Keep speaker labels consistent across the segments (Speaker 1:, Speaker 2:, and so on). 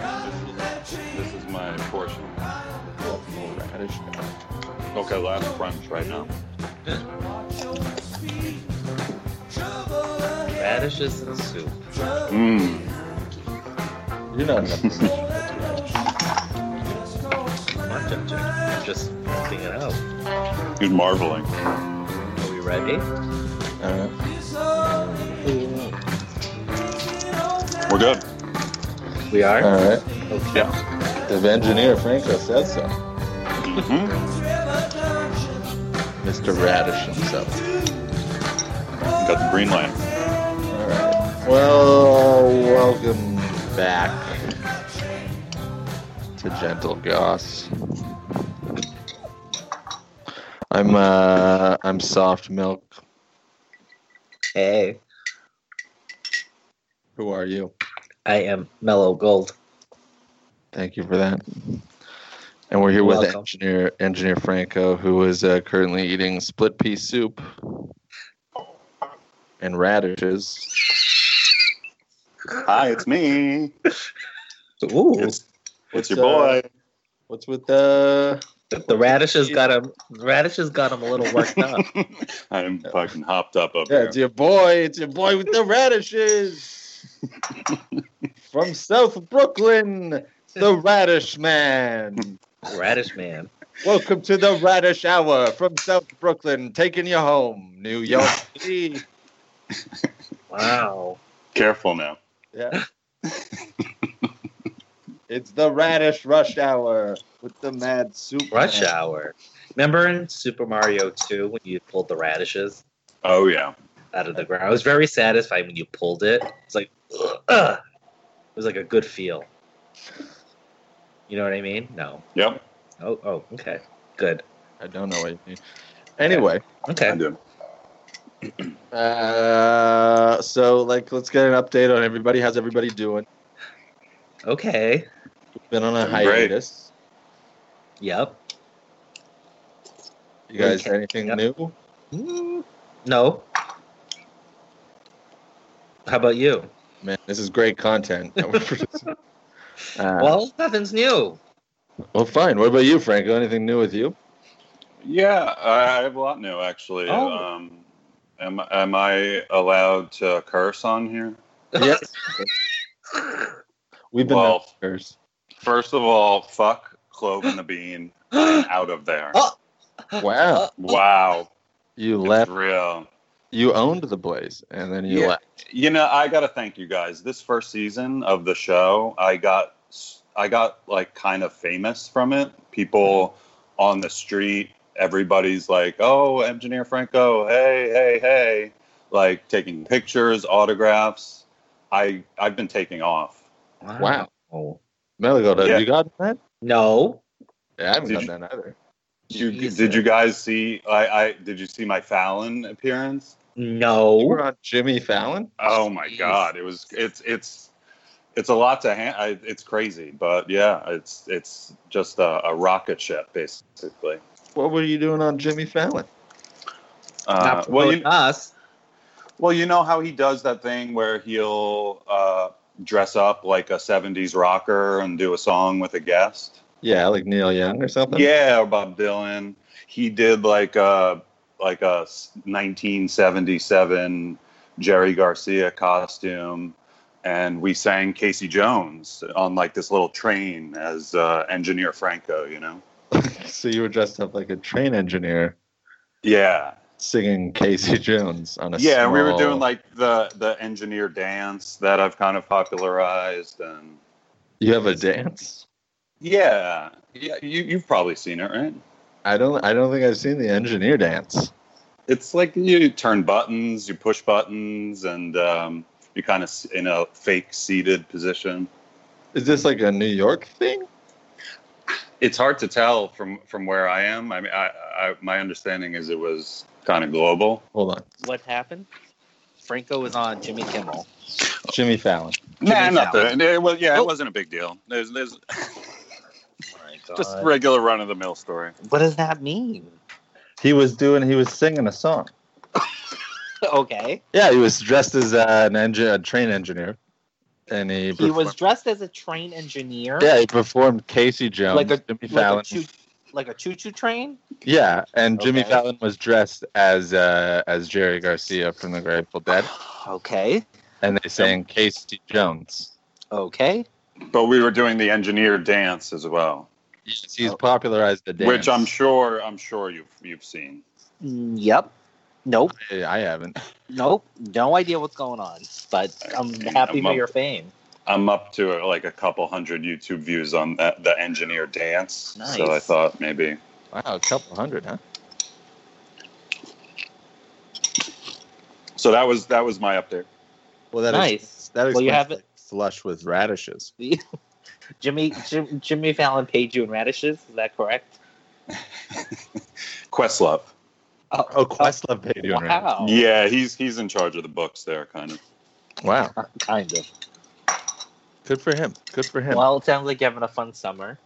Speaker 1: This is my portion. Okay, last crunch right now.
Speaker 2: Radishes and soup.
Speaker 3: Mm.
Speaker 1: Mmm.
Speaker 3: You're not nothing.
Speaker 2: I'm not judging. I'm just pointing it out.
Speaker 1: He's marveling.
Speaker 2: Are we ready?
Speaker 3: Uh,
Speaker 1: We're good.
Speaker 2: We are.
Speaker 3: all right.
Speaker 1: Yeah.
Speaker 3: The engineer Franco said so.
Speaker 1: hmm
Speaker 3: Mr. Radish himself.
Speaker 1: Got the green light.
Speaker 3: All right. Well, welcome back to Gentle Goss. I'm uh I'm soft milk.
Speaker 2: Hey,
Speaker 3: Who are you?
Speaker 2: I am Mellow Gold.
Speaker 3: Thank you for that. And we're here
Speaker 2: You're
Speaker 3: with
Speaker 2: welcome.
Speaker 3: engineer engineer Franco, who is uh, currently eating split pea soup and radishes.
Speaker 1: Hi, it's me.
Speaker 2: Ooh,
Speaker 1: It's, it's your
Speaker 3: uh,
Speaker 1: boy.
Speaker 3: What's with uh, the
Speaker 2: the radishes got him. Radishes got him a little worked up.
Speaker 1: I'm fucking hopped up up
Speaker 3: Yeah,
Speaker 1: here.
Speaker 3: it's your boy. It's your boy with the radishes. From South Brooklyn, the Radish Man.
Speaker 2: Radish man.
Speaker 3: Welcome to the Radish Hour from South Brooklyn, taking you home, New York City.
Speaker 2: Wow.
Speaker 1: Careful now.
Speaker 3: Yeah. it's the Radish Rush Hour with the Mad Soup.
Speaker 2: Rush
Speaker 3: Man.
Speaker 2: hour. Remember in Super Mario 2 when you pulled the radishes
Speaker 1: Oh yeah.
Speaker 2: out of the ground? It was very satisfying when you pulled it. It's like, ugh. It was like a good feel. You know what I mean? No.
Speaker 1: Yep.
Speaker 2: Oh, oh, okay. Good.
Speaker 3: I don't know what you mean. Anyway,
Speaker 1: I
Speaker 2: Okay.
Speaker 1: do.
Speaker 3: uh, so like, let's get an update on everybody. How's everybody doing?
Speaker 2: Okay.
Speaker 3: Been on a
Speaker 1: Doing great.
Speaker 3: hiatus.
Speaker 2: Yep.
Speaker 3: You guys,
Speaker 2: Okay.
Speaker 3: anything
Speaker 2: Yep.
Speaker 3: new?
Speaker 2: Mm, No. How about you?
Speaker 3: Man, this is great content. that we're producing. uh, well,
Speaker 2: Well, nothing's new.
Speaker 3: fine. What about you, Franco? Anything new with you?
Speaker 1: Yeah, I I have a lot new actually.
Speaker 2: Oh.
Speaker 1: Um, am am I allowed to curse on here?
Speaker 3: Yes. We've been
Speaker 1: Well-
Speaker 3: knockers.
Speaker 1: First of all, fuck Clove and the Bean and out of there.
Speaker 2: Oh.
Speaker 3: Wow.
Speaker 1: Wow,
Speaker 3: You
Speaker 1: it's
Speaker 3: left.
Speaker 1: real.
Speaker 3: You owned the place, and then you
Speaker 1: Yeah.
Speaker 3: left.
Speaker 1: You know, I gotta thank you guys. This first season of the show, I got I got like kind of famous from it. People on the street, everybody's like, "Oh, Engineer Franco, hey, hey, hey!" Like taking pictures, autographs. I I've been taking off.
Speaker 3: Wow. Meligo, have
Speaker 1: Yeah.
Speaker 3: you gotten that?
Speaker 2: No.
Speaker 3: Yeah, I haven't
Speaker 1: Did
Speaker 3: gotten
Speaker 1: you-
Speaker 3: that either.
Speaker 1: You,
Speaker 2: Jesus.
Speaker 1: did you guys see? I, I did you see my Fallon appearance?
Speaker 3: You were
Speaker 2: No.
Speaker 3: uh, on Jimmy Fallon.
Speaker 1: Oh my
Speaker 2: Jeez.
Speaker 1: god, it was it's it's it's a lot to hand. I, it's crazy, but yeah, it's it's just a, a rocket ship basically.
Speaker 3: What were you doing on Jimmy Fallon?
Speaker 1: Uh,
Speaker 2: Not
Speaker 1: well,
Speaker 2: well,
Speaker 1: you,
Speaker 2: us.
Speaker 1: well, you know how he does that thing where he'll uh, dress up like a '70s rocker and do a song with a guest.
Speaker 3: Yeah, like Neil Young or something.
Speaker 1: Yeah, or Bob Dylan. He did like a like a 1977 Jerry Garcia costume, and we sang Casey Jones on like this little train as uh, Engineer Franco. You know?
Speaker 3: so you were dressed up like a train engineer
Speaker 1: Yeah,
Speaker 3: singing Casey Jones on a
Speaker 1: yeah. and We were
Speaker 3: small-
Speaker 1: doing like the the engineer dance that I've kind of popularized, and
Speaker 3: You have a dance.
Speaker 1: yeah, yeah. You you've probably seen it, right?
Speaker 3: I don't. I don't think I've seen the engineer dance.
Speaker 1: It's like you turn buttons, you push buttons, and um, you're kind of in a fake seated position.
Speaker 3: Is this like a New York thing?
Speaker 1: It's hard to tell from from where I am. I mean, I, I, my understanding is it was kind of global.
Speaker 3: Hold on.
Speaker 2: What happened? Franco was on Jimmy Kimmel.
Speaker 3: Jimmy Fallon.
Speaker 1: Nah,
Speaker 2: Jimmy
Speaker 1: nothing. It was, yeah,
Speaker 2: Oh.
Speaker 1: it wasn't a big deal. There's, there's
Speaker 2: Oh my God.
Speaker 1: just regular run of the mill story.
Speaker 2: what does that mean?
Speaker 3: He was doing he was singing a song.
Speaker 4: okay.
Speaker 3: Yeah, he was dressed as uh, an engine, a train engineer, and he
Speaker 4: He was
Speaker 3: performed-
Speaker 4: dressed as a train engineer.
Speaker 3: yeah he performed Casey Jones,
Speaker 4: Like a-
Speaker 3: Jimmy Fallon.
Speaker 4: Like a, choo, like a choo-choo train?
Speaker 3: yeah, and Jimmy
Speaker 4: Okay.
Speaker 3: Fallon was dressed as uh, as Jerry Garcia from the Grateful Dead,
Speaker 4: Okay.
Speaker 3: and they sang Casey Jones.
Speaker 4: Okay.
Speaker 1: But we were doing the engineer dance as well,
Speaker 3: Yes,
Speaker 4: Oh.
Speaker 3: he's popularized the dance,
Speaker 1: which I'm sure I'm sure you've you've seen.
Speaker 4: Mm, Yep. Nope.
Speaker 3: Hey, I haven't.
Speaker 4: Nope. No idea what's going on. But I'm happy for
Speaker 1: I'm-
Speaker 4: your fame.
Speaker 1: I'm up to uh, like a couple hundred YouTube views on that, the engineer dance.
Speaker 4: Nice.
Speaker 1: So I thought maybe
Speaker 3: Wow, a couple hundred, huh?
Speaker 1: so that was that was my update.
Speaker 3: Well, that
Speaker 4: Nice.
Speaker 3: ex- that
Speaker 4: Well, you
Speaker 3: explains
Speaker 4: haven't-
Speaker 3: the flush with radishes.
Speaker 4: Jimmy Jim, Jimmy Fallon paid you in radishes, is that correct?
Speaker 1: Questlove.
Speaker 3: Oh, Questlove paid you in radishes.
Speaker 4: Wow.
Speaker 1: Yeah, he's he's in charge of the books there, kind of.
Speaker 3: Wow,
Speaker 4: Kind of.
Speaker 3: good for him. Good for him.
Speaker 4: Well, it sounds like you're having a fun summer.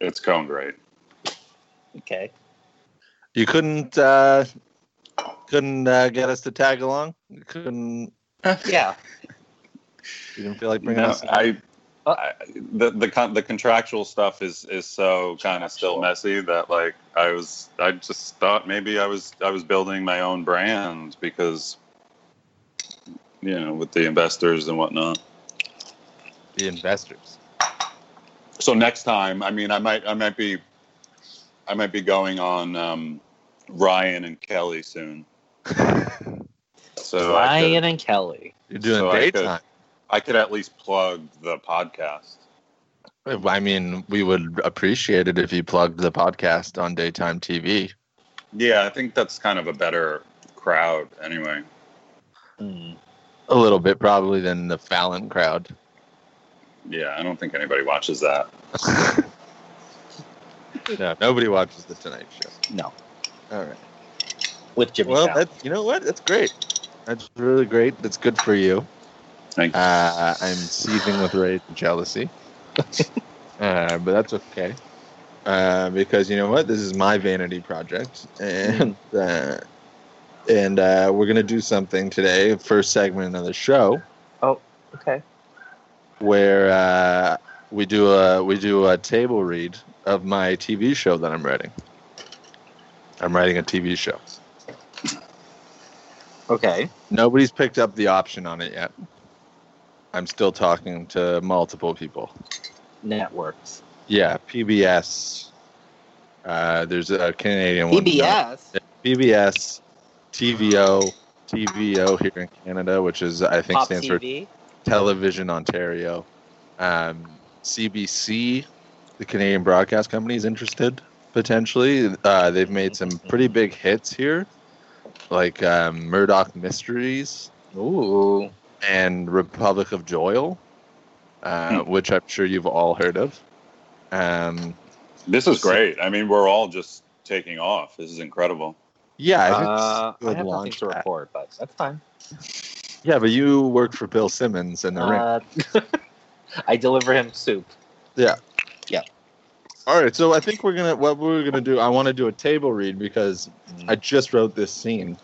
Speaker 1: It's going great.
Speaker 4: Okay.
Speaker 3: You couldn't uh, couldn't uh, get us to tag along. You couldn't.
Speaker 4: Yeah.
Speaker 3: You didn't feel like bringing
Speaker 1: No,
Speaker 3: us.
Speaker 1: I,
Speaker 4: Oh.
Speaker 1: I the the con- the contractual stuff is is so kind of still messy that like I was I just thought maybe I was I was building my own brand because you know with the investors and whatnot.
Speaker 3: the investors.
Speaker 1: So next time, I mean, I might I might be I might be going on um, Ryan and Kelly soon. So I could,
Speaker 4: Ryan and Kelly.
Speaker 3: You're doing
Speaker 1: So I could-
Speaker 3: daytime.
Speaker 1: I could at least plug the podcast.
Speaker 3: I, mean, we would appreciate it if you plugged the podcast on daytime TV.
Speaker 1: Yeah, I think that's kind of a better crowd anyway.
Speaker 4: Hmm.
Speaker 3: A little bit, probably, than the Fallon crowd.
Speaker 1: Yeah, I don't think anybody watches that.
Speaker 3: no, nobody watches the Tonight Show.
Speaker 4: No.
Speaker 3: All right.
Speaker 4: With Jimmy
Speaker 3: Well,
Speaker 4: Fallon.
Speaker 3: that's, you know what? That's great. That's really great. That's good for you.
Speaker 1: Thank you.
Speaker 3: Uh, I'm seething with rage and jealousy, uh, but that's okay. Uh, because you know what, this is my vanity project, and uh, and uh, we're gonna do something today. First segment of the show
Speaker 4: Okay.
Speaker 3: where uh, we do a we do a table read of my TV show that I'm writing. I'm writing a TV show.
Speaker 4: Okay.
Speaker 3: Nobody's picked up the option on it yet. I'm still talking to multiple people.
Speaker 4: Networks.
Speaker 3: Yeah, PBS. Uh, there's a Canadian one.
Speaker 4: PBS.
Speaker 3: PBS, TVO, TVO here in Canada, which is I think
Speaker 4: Pop
Speaker 3: stands
Speaker 4: TV.
Speaker 3: for Television Ontario. Um, CBC, the Canadian Broadcast Company, is interested potentially. Uh, they've made some pretty big hits here, like um, Murdoch Mysteries
Speaker 4: Ooh.
Speaker 3: and Republic of Joyle, uh, which I'm sure you've all heard of. Um,
Speaker 1: This is great. I mean, we're all just taking off. This is incredible.
Speaker 3: Yeah, I think
Speaker 4: Uh,
Speaker 3: it's a
Speaker 4: I
Speaker 3: good
Speaker 4: have nothing
Speaker 3: launch
Speaker 4: to
Speaker 3: pad.
Speaker 4: report, but that's fine.
Speaker 3: Yeah, but you work for Bill Simmons in the ring.
Speaker 4: Uh, I deliver him soup.
Speaker 3: All right, so I think we're gonna what we're gonna do. I want to do a table read because I just wrote this scene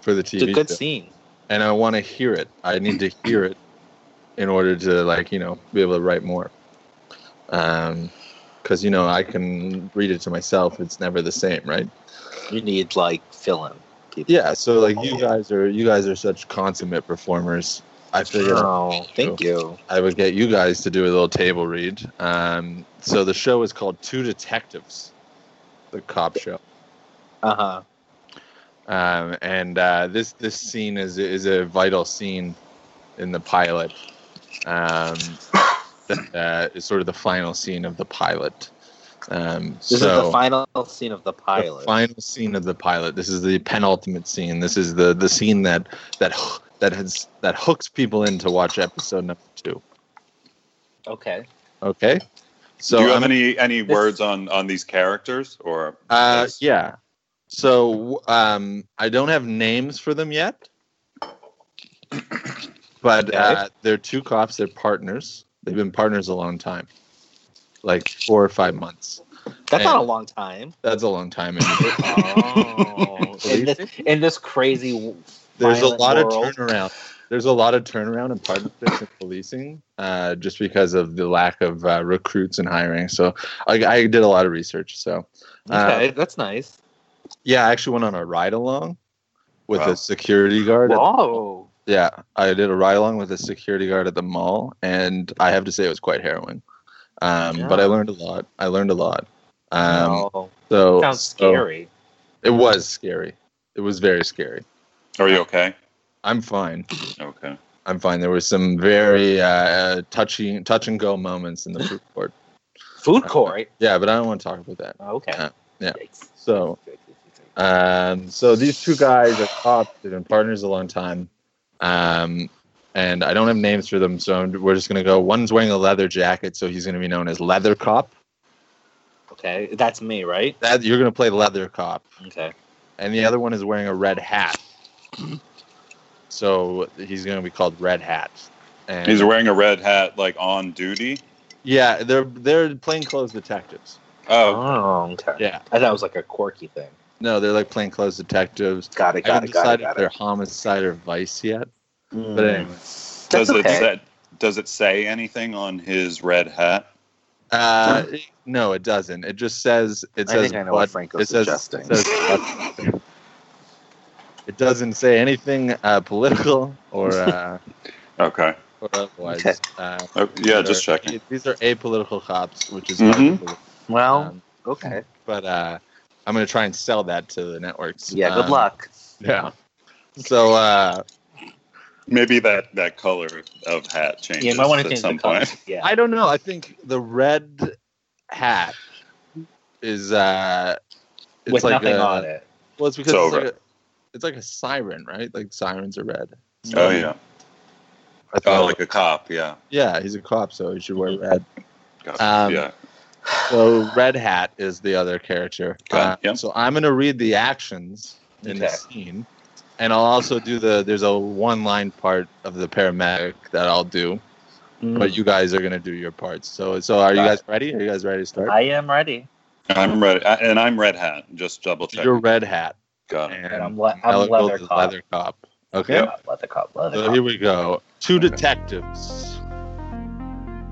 Speaker 3: for the TV,
Speaker 4: It's a good
Speaker 3: show,
Speaker 4: scene.
Speaker 3: and I want to hear it. I need to hear it in order to like you know be able to write more. Um, because you know I can read it to myself. It's never the same, right?
Speaker 4: You need like fill in.
Speaker 3: Yeah. So like you guys are you guys are such consummate performers. I figured
Speaker 4: Oh, thank you.
Speaker 3: I would get you guys to do a little table read. Um, so the show is called Two Detectives, the cop show,
Speaker 4: Uh huh.
Speaker 3: um, and uh, this this scene is is a vital scene in the pilot. Um, that, uh, is sort of the final scene of the pilot. Um,
Speaker 4: This
Speaker 3: so
Speaker 4: is the final scene of the
Speaker 3: the
Speaker 4: pilot.
Speaker 3: final scene of the pilot. This is the penultimate scene. This is the the scene that that h- that has that hooks people in to watch episode number two.
Speaker 4: okay.
Speaker 3: Okay. So
Speaker 1: Do you have
Speaker 3: I'm-
Speaker 1: any any
Speaker 4: um, This-
Speaker 1: words on on these characters or?
Speaker 3: Uh,
Speaker 1: Yes.
Speaker 3: yeah. So um, I don't have names for them yet, but uh, they're two cops. They're partners. They've been partners a long time, like four or five months.
Speaker 4: That's
Speaker 3: Hey.
Speaker 4: not a long time.
Speaker 3: That's a long time. In
Speaker 4: oh, in, in this in this crazy. w-
Speaker 3: There's a
Speaker 4: violent
Speaker 3: lot
Speaker 4: world.
Speaker 3: of turnaround. There's a lot of turnaround in partnerships and policing, uh, just because of the lack of uh, recruits and hiring. So I, I did a lot of research. So uh,
Speaker 4: Okay, that's nice.
Speaker 3: yeah, I actually went on a ride along with
Speaker 1: Wow.
Speaker 3: a security guard. at-
Speaker 4: Whoa.
Speaker 3: yeah, I did a ride along with a security guard at the mall, and I have to say it was quite harrowing. Um, But I
Speaker 4: Yeah.
Speaker 3: learned a lot. I learned a lot. Um,
Speaker 4: Oh,
Speaker 3: So
Speaker 4: sounds
Speaker 3: so-
Speaker 4: scary.
Speaker 3: It was scary. It was very scary.
Speaker 1: Are you okay?
Speaker 3: I'm fine.
Speaker 1: Okay.
Speaker 3: I'm fine. There were some very uh, touchy, touch and go moments in the food court.
Speaker 4: Food court.
Speaker 3: Yeah, but I don't want to talk about that.
Speaker 4: Okay.
Speaker 3: Uh, yeah.
Speaker 4: Yikes.
Speaker 3: So, um, so these two guys are cops. They've been partners a long time, um, and I don't have names for them. So I'm- we're just gonna go. One's wearing a leather jacket, so he's gonna be known as Leather Cop.
Speaker 4: Okay, that's me, right?
Speaker 3: That you're gonna play Leather Cop.
Speaker 4: Okay.
Speaker 3: and the other one is wearing a red hat. So he's going to be called Red Hat. And
Speaker 1: He's wearing a red hat, like on duty.
Speaker 3: yeah, they're they're plainclothes detectives.
Speaker 1: Oh,
Speaker 4: Oh, okay.
Speaker 3: Yeah,
Speaker 4: I thought it was like a quirky thing.
Speaker 3: no, they're like plainclothes detectives.
Speaker 4: Got it.
Speaker 3: I
Speaker 4: Got
Speaker 3: haven't
Speaker 4: it. Got it.
Speaker 3: decided if
Speaker 4: Got
Speaker 3: they're
Speaker 4: it.
Speaker 3: homicide or vice yet.
Speaker 4: Mm.
Speaker 3: But anyway,
Speaker 1: does
Speaker 4: That's
Speaker 1: it
Speaker 4: okay.
Speaker 1: that, does it say anything on his red hat?
Speaker 3: uh, no, it doesn't. It just says it
Speaker 5: I
Speaker 3: says
Speaker 5: think I know
Speaker 3: blood-
Speaker 5: what Franco's
Speaker 3: it says,
Speaker 5: suggesting.
Speaker 3: It, says blood- it doesn't say anything uh, political or uh,
Speaker 1: Okay.
Speaker 3: or otherwise.
Speaker 5: Okay.
Speaker 3: Uh,
Speaker 1: Oh, yeah,
Speaker 3: these
Speaker 1: just
Speaker 3: are-
Speaker 1: checking.
Speaker 3: These are apolitical cops, which is
Speaker 1: Mhm.
Speaker 3: arguable.
Speaker 5: Well,
Speaker 3: Um,
Speaker 5: okay.
Speaker 3: but uh, I'm gonna try and sell that to the networks.
Speaker 5: Yeah, good
Speaker 3: Um,
Speaker 5: luck.
Speaker 3: Yeah. So uh,
Speaker 1: Maybe that that color of hat changes
Speaker 4: Yeah, you might want to
Speaker 1: at
Speaker 4: change
Speaker 1: some
Speaker 4: the color.
Speaker 1: point.
Speaker 4: Yeah.
Speaker 3: I don't know. I think the red hat is uh, it's
Speaker 4: With
Speaker 3: like
Speaker 4: nothing
Speaker 3: a,
Speaker 4: on it.
Speaker 3: Well, it's
Speaker 1: It's
Speaker 3: because it's,
Speaker 1: over.
Speaker 3: like a, it's like a siren, right? Like sirens are red.
Speaker 1: Oh yeah.
Speaker 3: I thought,
Speaker 1: Oh, like a Mm-hmm. cop. Yeah.
Speaker 3: yeah, he's a cop, so he should wear red.
Speaker 1: Gotcha.
Speaker 3: Um,
Speaker 1: yeah.
Speaker 3: So Red Hat is the other character.
Speaker 1: Okay,
Speaker 3: Uh,
Speaker 1: yeah.
Speaker 3: So I'm gonna read the actions in the
Speaker 4: Okay.
Speaker 3: scene, and I'll also do the. There's a one-line part of the paramedic that I'll do,
Speaker 4: Mm.
Speaker 3: but you guys are gonna do your parts. So so are you
Speaker 4: Got
Speaker 3: guys ready? Are you guys ready to start?
Speaker 4: I am ready.
Speaker 1: I'm red, I- and I'm red hat. Just double check.
Speaker 3: You're Red Hat,
Speaker 1: Got it.
Speaker 3: and,
Speaker 4: And I'm, le-
Speaker 3: Alec
Speaker 4: I'm
Speaker 3: Gold
Speaker 4: leather
Speaker 3: is
Speaker 4: cop.
Speaker 3: Leather Cop. Okay.
Speaker 4: Not leather cop. Leather
Speaker 3: So
Speaker 4: cop.
Speaker 3: here we go. Two
Speaker 1: Okay.
Speaker 3: detectives.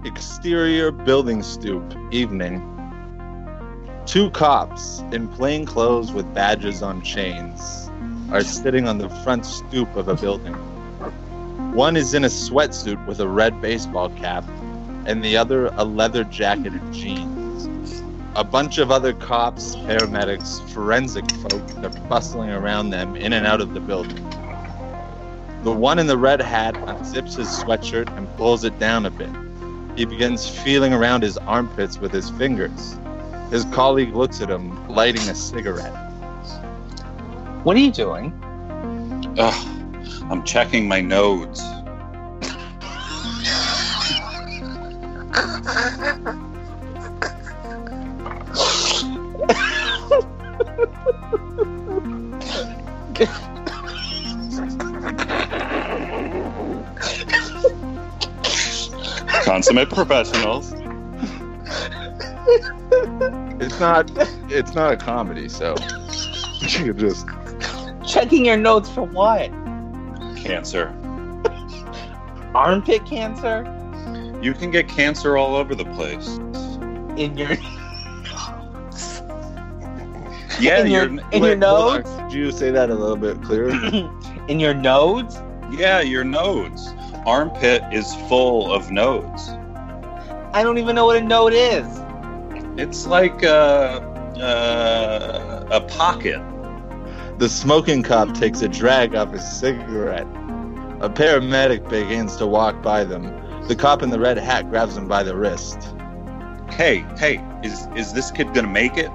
Speaker 3: Exterior building stoop, evening. Two cops in plain clothes with badges on chains are sitting on the front stoop of a building. One is in a sweatsuit with a red baseball cap, and the other a leather jacket and jeans. A bunch of other cops, paramedics, forensic folk are bustling around them in and out of the building. The one in the red hat unzips his sweatshirt and pulls it down a bit. He begins feeling around his armpits with his fingers. His colleague looks at him, lighting a cigarette.
Speaker 4: What are you doing?
Speaker 1: Ugh, I'm checking my nodes. Consummate professionals.
Speaker 3: It's not it's not a comedy, so you could just
Speaker 4: Checking your notes for what?
Speaker 1: Cancer.
Speaker 4: Armpit cancer
Speaker 1: You can get cancer all over the place.
Speaker 4: in your
Speaker 1: Yeah,
Speaker 4: In your-
Speaker 1: you're.
Speaker 4: in your nodes.
Speaker 3: Could you say that a little bit clearer?
Speaker 4: in your nodes.
Speaker 1: Yeah, your nodes. Armpit is full of nodes.
Speaker 4: I don't even know what a node is.
Speaker 1: It's like a, uh, a pocket.
Speaker 3: the smoking cop takes a drag off his cigarette. A paramedic begins to walk by them. The cop in the red hat grabs him by the wrist.
Speaker 1: Hey, hey, is is this kid gonna make it?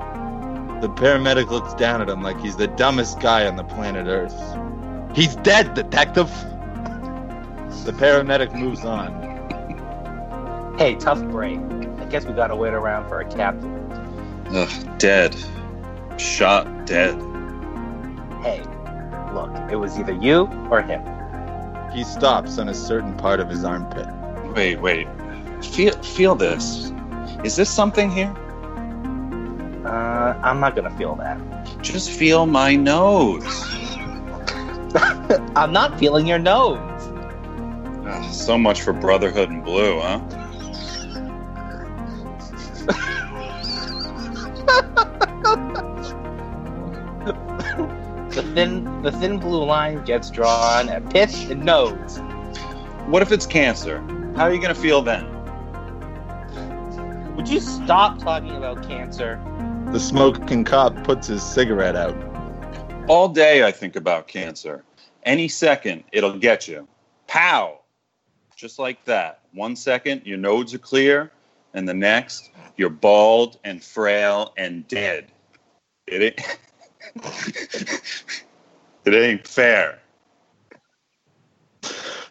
Speaker 3: The paramedic looks down at him like he's the dumbest guy on the planet Earth. He's dead, detective! The paramedic moves on.
Speaker 4: Hey, tough break. I guess we gotta wait around for a captain.
Speaker 1: Ugh, dead. Shot dead.
Speaker 4: Hey, look, it was either you or him.
Speaker 3: He stops on a certain part of his armpit.
Speaker 1: Wait, wait. Feel feel this. Is this something here?
Speaker 4: Uh, I'm not gonna feel that.
Speaker 1: Just feel my nose.
Speaker 4: I'm not feeling your nose.
Speaker 1: Ah, so much for brotherhood and blue, huh?
Speaker 4: The thin, the thin blue line gets drawn at pith and nose.
Speaker 1: What if it's cancer? How are you gonna feel then?
Speaker 4: Would you stop talking about cancer?
Speaker 3: The smoking cop puts his cigarette out.
Speaker 1: All day I think about cancer. Any second, it'll get you. Pow! Just like that. One second, your nodes are clear, and the next, you're bald and frail and dead. It ain't, it ain't fair.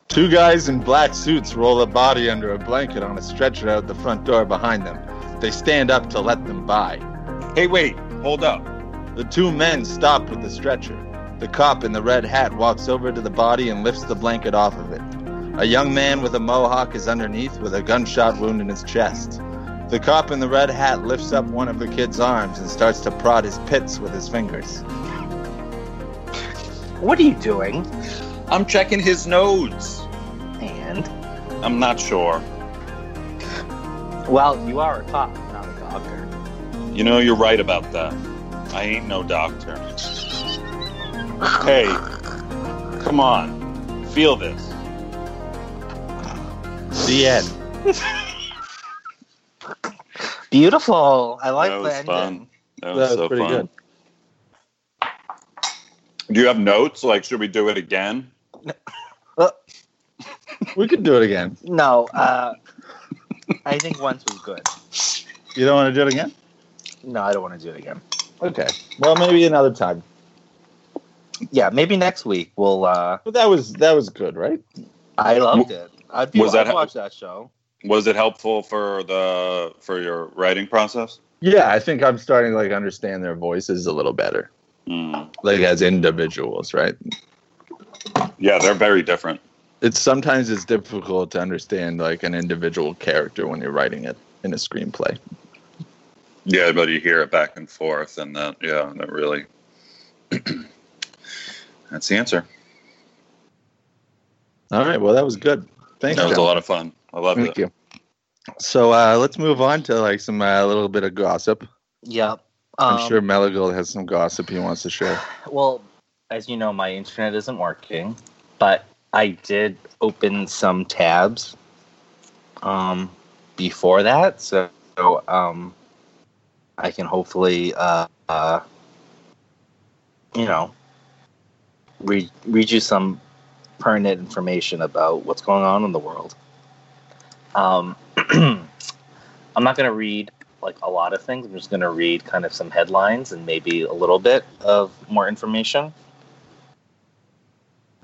Speaker 3: Two guys in black suits roll a body under a blanket on a stretcher out the front door behind them. They stand up to let them by.
Speaker 1: Hey, wait, hold up.
Speaker 3: The two men stop with the stretcher. The cop in the red hat walks over to the body and lifts the blanket off of it. A young man with a mohawk is underneath with a gunshot wound in his chest. The cop in the red hat lifts up one of the kid's arms and starts to prod his pits with his fingers.
Speaker 4: What are you doing?
Speaker 1: I'm checking his nodes.
Speaker 4: And
Speaker 1: I'm not sure.
Speaker 4: well, you are a cop, not a doctor.
Speaker 1: You know, you're right about that. I ain't no doctor. Hey, come on. Feel this.
Speaker 3: The end.
Speaker 4: Beautiful. I like
Speaker 1: that
Speaker 4: the
Speaker 1: was
Speaker 4: ending.
Speaker 1: fun. That was,
Speaker 3: That was
Speaker 1: so
Speaker 3: pretty
Speaker 1: fun.
Speaker 3: good.
Speaker 1: Do you have notes? Like, should we do it again?
Speaker 3: We could do it again.
Speaker 4: No, uh, I think once was good.
Speaker 3: You don't want to do it again?
Speaker 4: No, I don't want to do it again.
Speaker 3: Okay. Well, maybe another time.
Speaker 4: Yeah, maybe next week we'll. uh
Speaker 3: But that was that was good, right?
Speaker 4: I loved it. I'd be.
Speaker 1: Was that
Speaker 4: I'd
Speaker 1: how-
Speaker 4: watch that show.
Speaker 1: Was it helpful for the for your writing process?
Speaker 3: Yeah, I think I'm starting to like understand their voices a little better,
Speaker 1: Hmm.
Speaker 3: like as individuals, right?
Speaker 1: Yeah, they're very different.
Speaker 3: It's sometimes it's difficult to understand like an individual character when you're writing it in a screenplay.
Speaker 1: Yeah, but you hear it back and forth, and that yeah, that really. That's the answer.
Speaker 3: All right, well that was good. Thanks.
Speaker 1: That was a
Speaker 3: John.
Speaker 1: lot of fun. I loved it.
Speaker 3: Thank you. So uh, let's move on to like some a little bit of gossip.
Speaker 4: Yep.
Speaker 3: I'm
Speaker 4: Um,
Speaker 3: sure Meligold has some gossip he wants to share.
Speaker 4: Well, as you know, my internet isn't working, but I did open some tabs um, before that, so um, I can hopefully, uh, uh, you know, read read you some pertinent information about what's going on in the world. Um, I'm not going to read like a lot of things. I'm just going to read kind of some headlines and maybe a little bit of more information.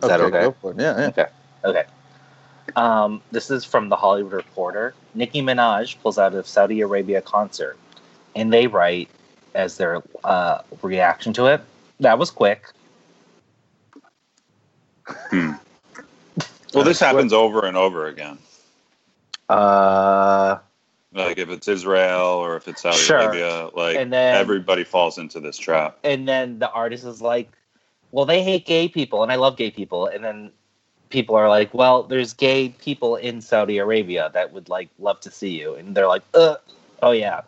Speaker 4: Is that okay?
Speaker 3: Go for it. Yeah, yeah.
Speaker 4: Okay. Um, this is from the Hollywood Reporter. Nicki Minaj pulls out of Saudi Arabia concert, and they write as their uh, reaction to it. That was quick.
Speaker 1: Well, this happens over and over again.
Speaker 4: Uh,
Speaker 1: Like if it's Israel or if it's Saudi
Speaker 4: Sure.
Speaker 1: Arabia, like
Speaker 4: and then
Speaker 1: everybody falls into this trap.
Speaker 4: and then the artist is like, "Well, they hate gay people, and I love gay people." And then people are like, "Well, there's gay people in Saudi Arabia that would like love to see you," and they're like, "Uh, oh yeah,"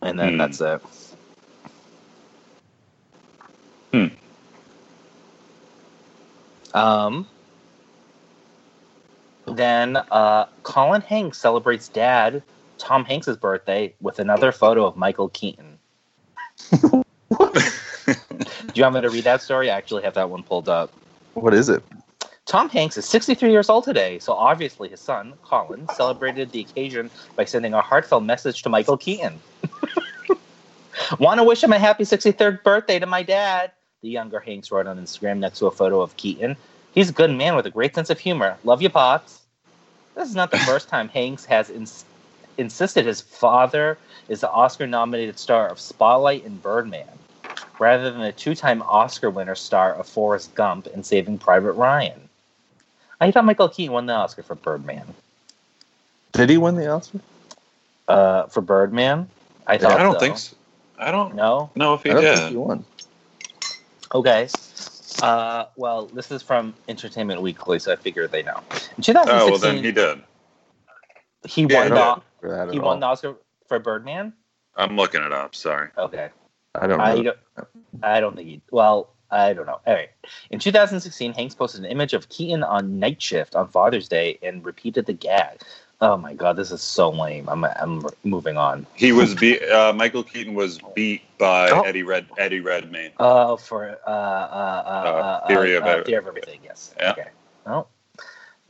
Speaker 4: and then
Speaker 1: Hmm.
Speaker 4: that's it.
Speaker 1: Hmm.
Speaker 4: Um. Then uh, Colin Hanks celebrates dad, Tom Hanks' birthday, with another photo of Michael Keaton. Do you want me to read that story? I actually have that one pulled up.
Speaker 3: What is it?
Speaker 4: Tom Hanks is 63 years old today, so obviously his son, Colin, celebrated the occasion by sending a heartfelt message to Michael Keaton. Want to wish him a happy 63rd birthday to my dad, the younger Hanks wrote on Instagram next to a photo of Keaton. He's a good man with a great sense of humor. Love you, Pops. This is not the first time Hanks has ins- insisted his father is the Oscar nominated star of Spotlight and Birdman rather than the two time Oscar winner star of Forrest Gump and Saving Private Ryan. I thought Michael Keaton won the Oscar for Birdman.
Speaker 3: Did he win the Oscar?
Speaker 4: Uh, for Birdman? I thought
Speaker 1: I don't
Speaker 4: so.
Speaker 1: think so. I don't
Speaker 4: No?
Speaker 1: know if he
Speaker 3: I don't think
Speaker 1: did.
Speaker 3: he won.
Speaker 4: Okay. Uh, well, this is from Entertainment Weekly, so I figure they know. In 2016,
Speaker 1: Oh well, then he did.
Speaker 4: he, won,
Speaker 1: yeah, he
Speaker 4: the,
Speaker 3: For that
Speaker 4: he
Speaker 3: at
Speaker 4: won the
Speaker 3: all.
Speaker 4: Oscar for Birdman.
Speaker 1: I'm looking it up. Sorry.
Speaker 4: Okay.
Speaker 3: I don't
Speaker 4: I
Speaker 3: know.
Speaker 4: don't, I don't think he. Well, I don't know. All right. In 2016, Hanks posted an image of Keaton on night shift on Father's Day and repeated the gag. Oh my God, this is so lame. I'm, I'm moving on.
Speaker 1: He was beat. Uh, Michael Keaton was beat by
Speaker 2: Oh.
Speaker 1: Eddie Red Eddie Redmayne.
Speaker 4: Oh, for uh, uh, uh, uh,
Speaker 1: Theory
Speaker 4: uh,
Speaker 1: of
Speaker 4: uh,
Speaker 1: Everything.
Speaker 4: theory of everything. Yes.
Speaker 1: Yeah.
Speaker 4: Okay. Oh,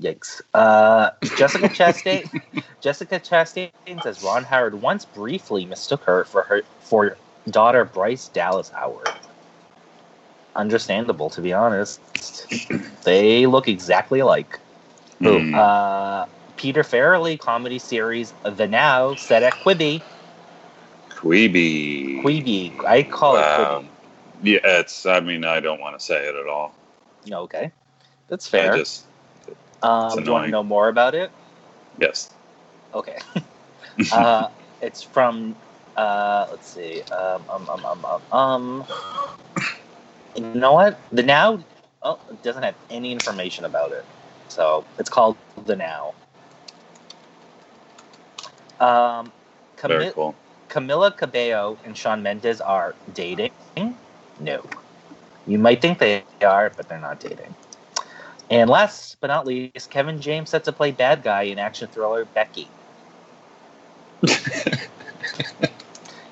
Speaker 4: yikes. Uh, Jessica Chastain. Jessica Chastain says Ron Howard once briefly mistook her for her for daughter Bryce Dallas Howard. Understandable, to be honest. they look exactly alike.
Speaker 3: Who?
Speaker 1: Hmm.
Speaker 4: Uh, Peter Farrelly comedy series The Now set at Quibi.
Speaker 1: Queeby.
Speaker 4: Quibi. I call
Speaker 1: Wow.
Speaker 4: it Quibi.
Speaker 1: Yeah, it's. I mean, I don't want to say it at all.
Speaker 4: No, Okay, that's fair.
Speaker 1: I just
Speaker 4: um, do you want to
Speaker 1: annoying.
Speaker 4: know more about it?
Speaker 1: yes.
Speaker 4: Okay. uh, it's from, uh, let's see. Um, um, um, um, um, um. You know what? The Now oh, it doesn't have any information about it. So it's called The Now. Um,
Speaker 1: Very
Speaker 4: Cami-
Speaker 1: cool.
Speaker 4: Camila Cabello and Sean Mendes are dating? No. You might think they are, but they're not dating. And last but not least, Kevin James set to play bad guy in action thriller Becky.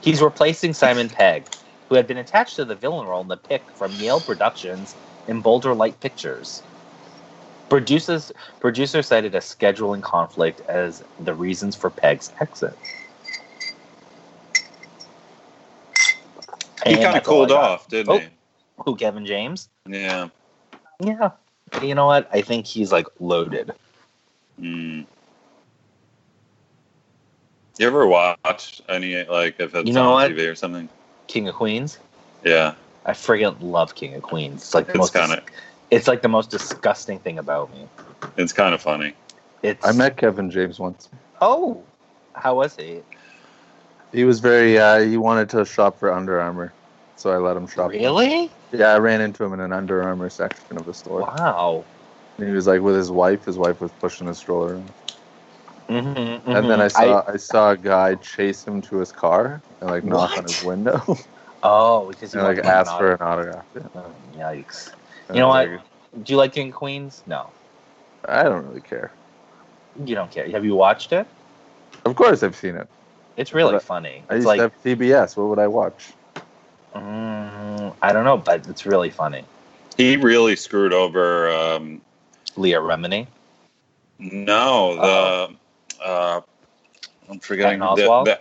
Speaker 4: He's replacing Simon Pegg, who had been attached to the villain role in the pick from Yale Productions and Boulder Light Pictures. Producers, producer cited a scheduling conflict as the reasons for Pegg's exit.
Speaker 1: He
Speaker 4: And
Speaker 1: kind of
Speaker 4: that's all I
Speaker 1: cooled
Speaker 4: got.
Speaker 1: off, didn't
Speaker 4: Oh.
Speaker 1: he?
Speaker 4: Who, Kevin James?
Speaker 1: Yeah.
Speaker 4: Yeah. You know what? I think he's like loaded.
Speaker 1: Mm. You ever watch any like if it's
Speaker 4: You know
Speaker 1: on
Speaker 4: what?
Speaker 1: TV or something?
Speaker 4: King of Queens.
Speaker 1: Yeah,
Speaker 4: I friggin' love King of Queens. It's like the
Speaker 1: it's
Speaker 4: most.
Speaker 1: kind
Speaker 4: It's like the most disgusting thing about me.
Speaker 1: of it's kind of funny.
Speaker 4: It's.
Speaker 3: I met Kevin James once.
Speaker 4: Oh, how was he?
Speaker 3: He was very. Uh, he wanted to shop for Under Armour, so I let him shop.
Speaker 4: Really?
Speaker 3: Yeah, I ran into him in an Under Armour section of the store.
Speaker 4: Wow.
Speaker 3: And he was like with his wife. His wife was pushing a stroller,
Speaker 4: Mhm, mhm.
Speaker 3: and then I saw I, saw a guy chase him to his car and like knock on
Speaker 4: What?
Speaker 3: his window
Speaker 4: oh, because you
Speaker 3: and like
Speaker 4: want
Speaker 3: ask
Speaker 4: an
Speaker 3: for an autograph. Yeah.
Speaker 4: auto- Oh, Yikes!
Speaker 3: And
Speaker 4: You know
Speaker 3: I was
Speaker 4: what?
Speaker 3: like,
Speaker 4: Do you like King of Queens? No,
Speaker 3: I don't really care.
Speaker 4: you don't care. Have you watched it?
Speaker 3: Of course, I've seen it.
Speaker 4: It's really
Speaker 3: But
Speaker 4: funny. it's
Speaker 3: I used
Speaker 4: like
Speaker 3: to have CBS. What would I watch?
Speaker 4: mm, I don't know, but it's really funny.
Speaker 1: He really screwed over. Um,
Speaker 4: Leah Remini.
Speaker 1: no, the uh, I'm forgetting
Speaker 4: Patton
Speaker 1: the,
Speaker 4: Oswalt?
Speaker 1: the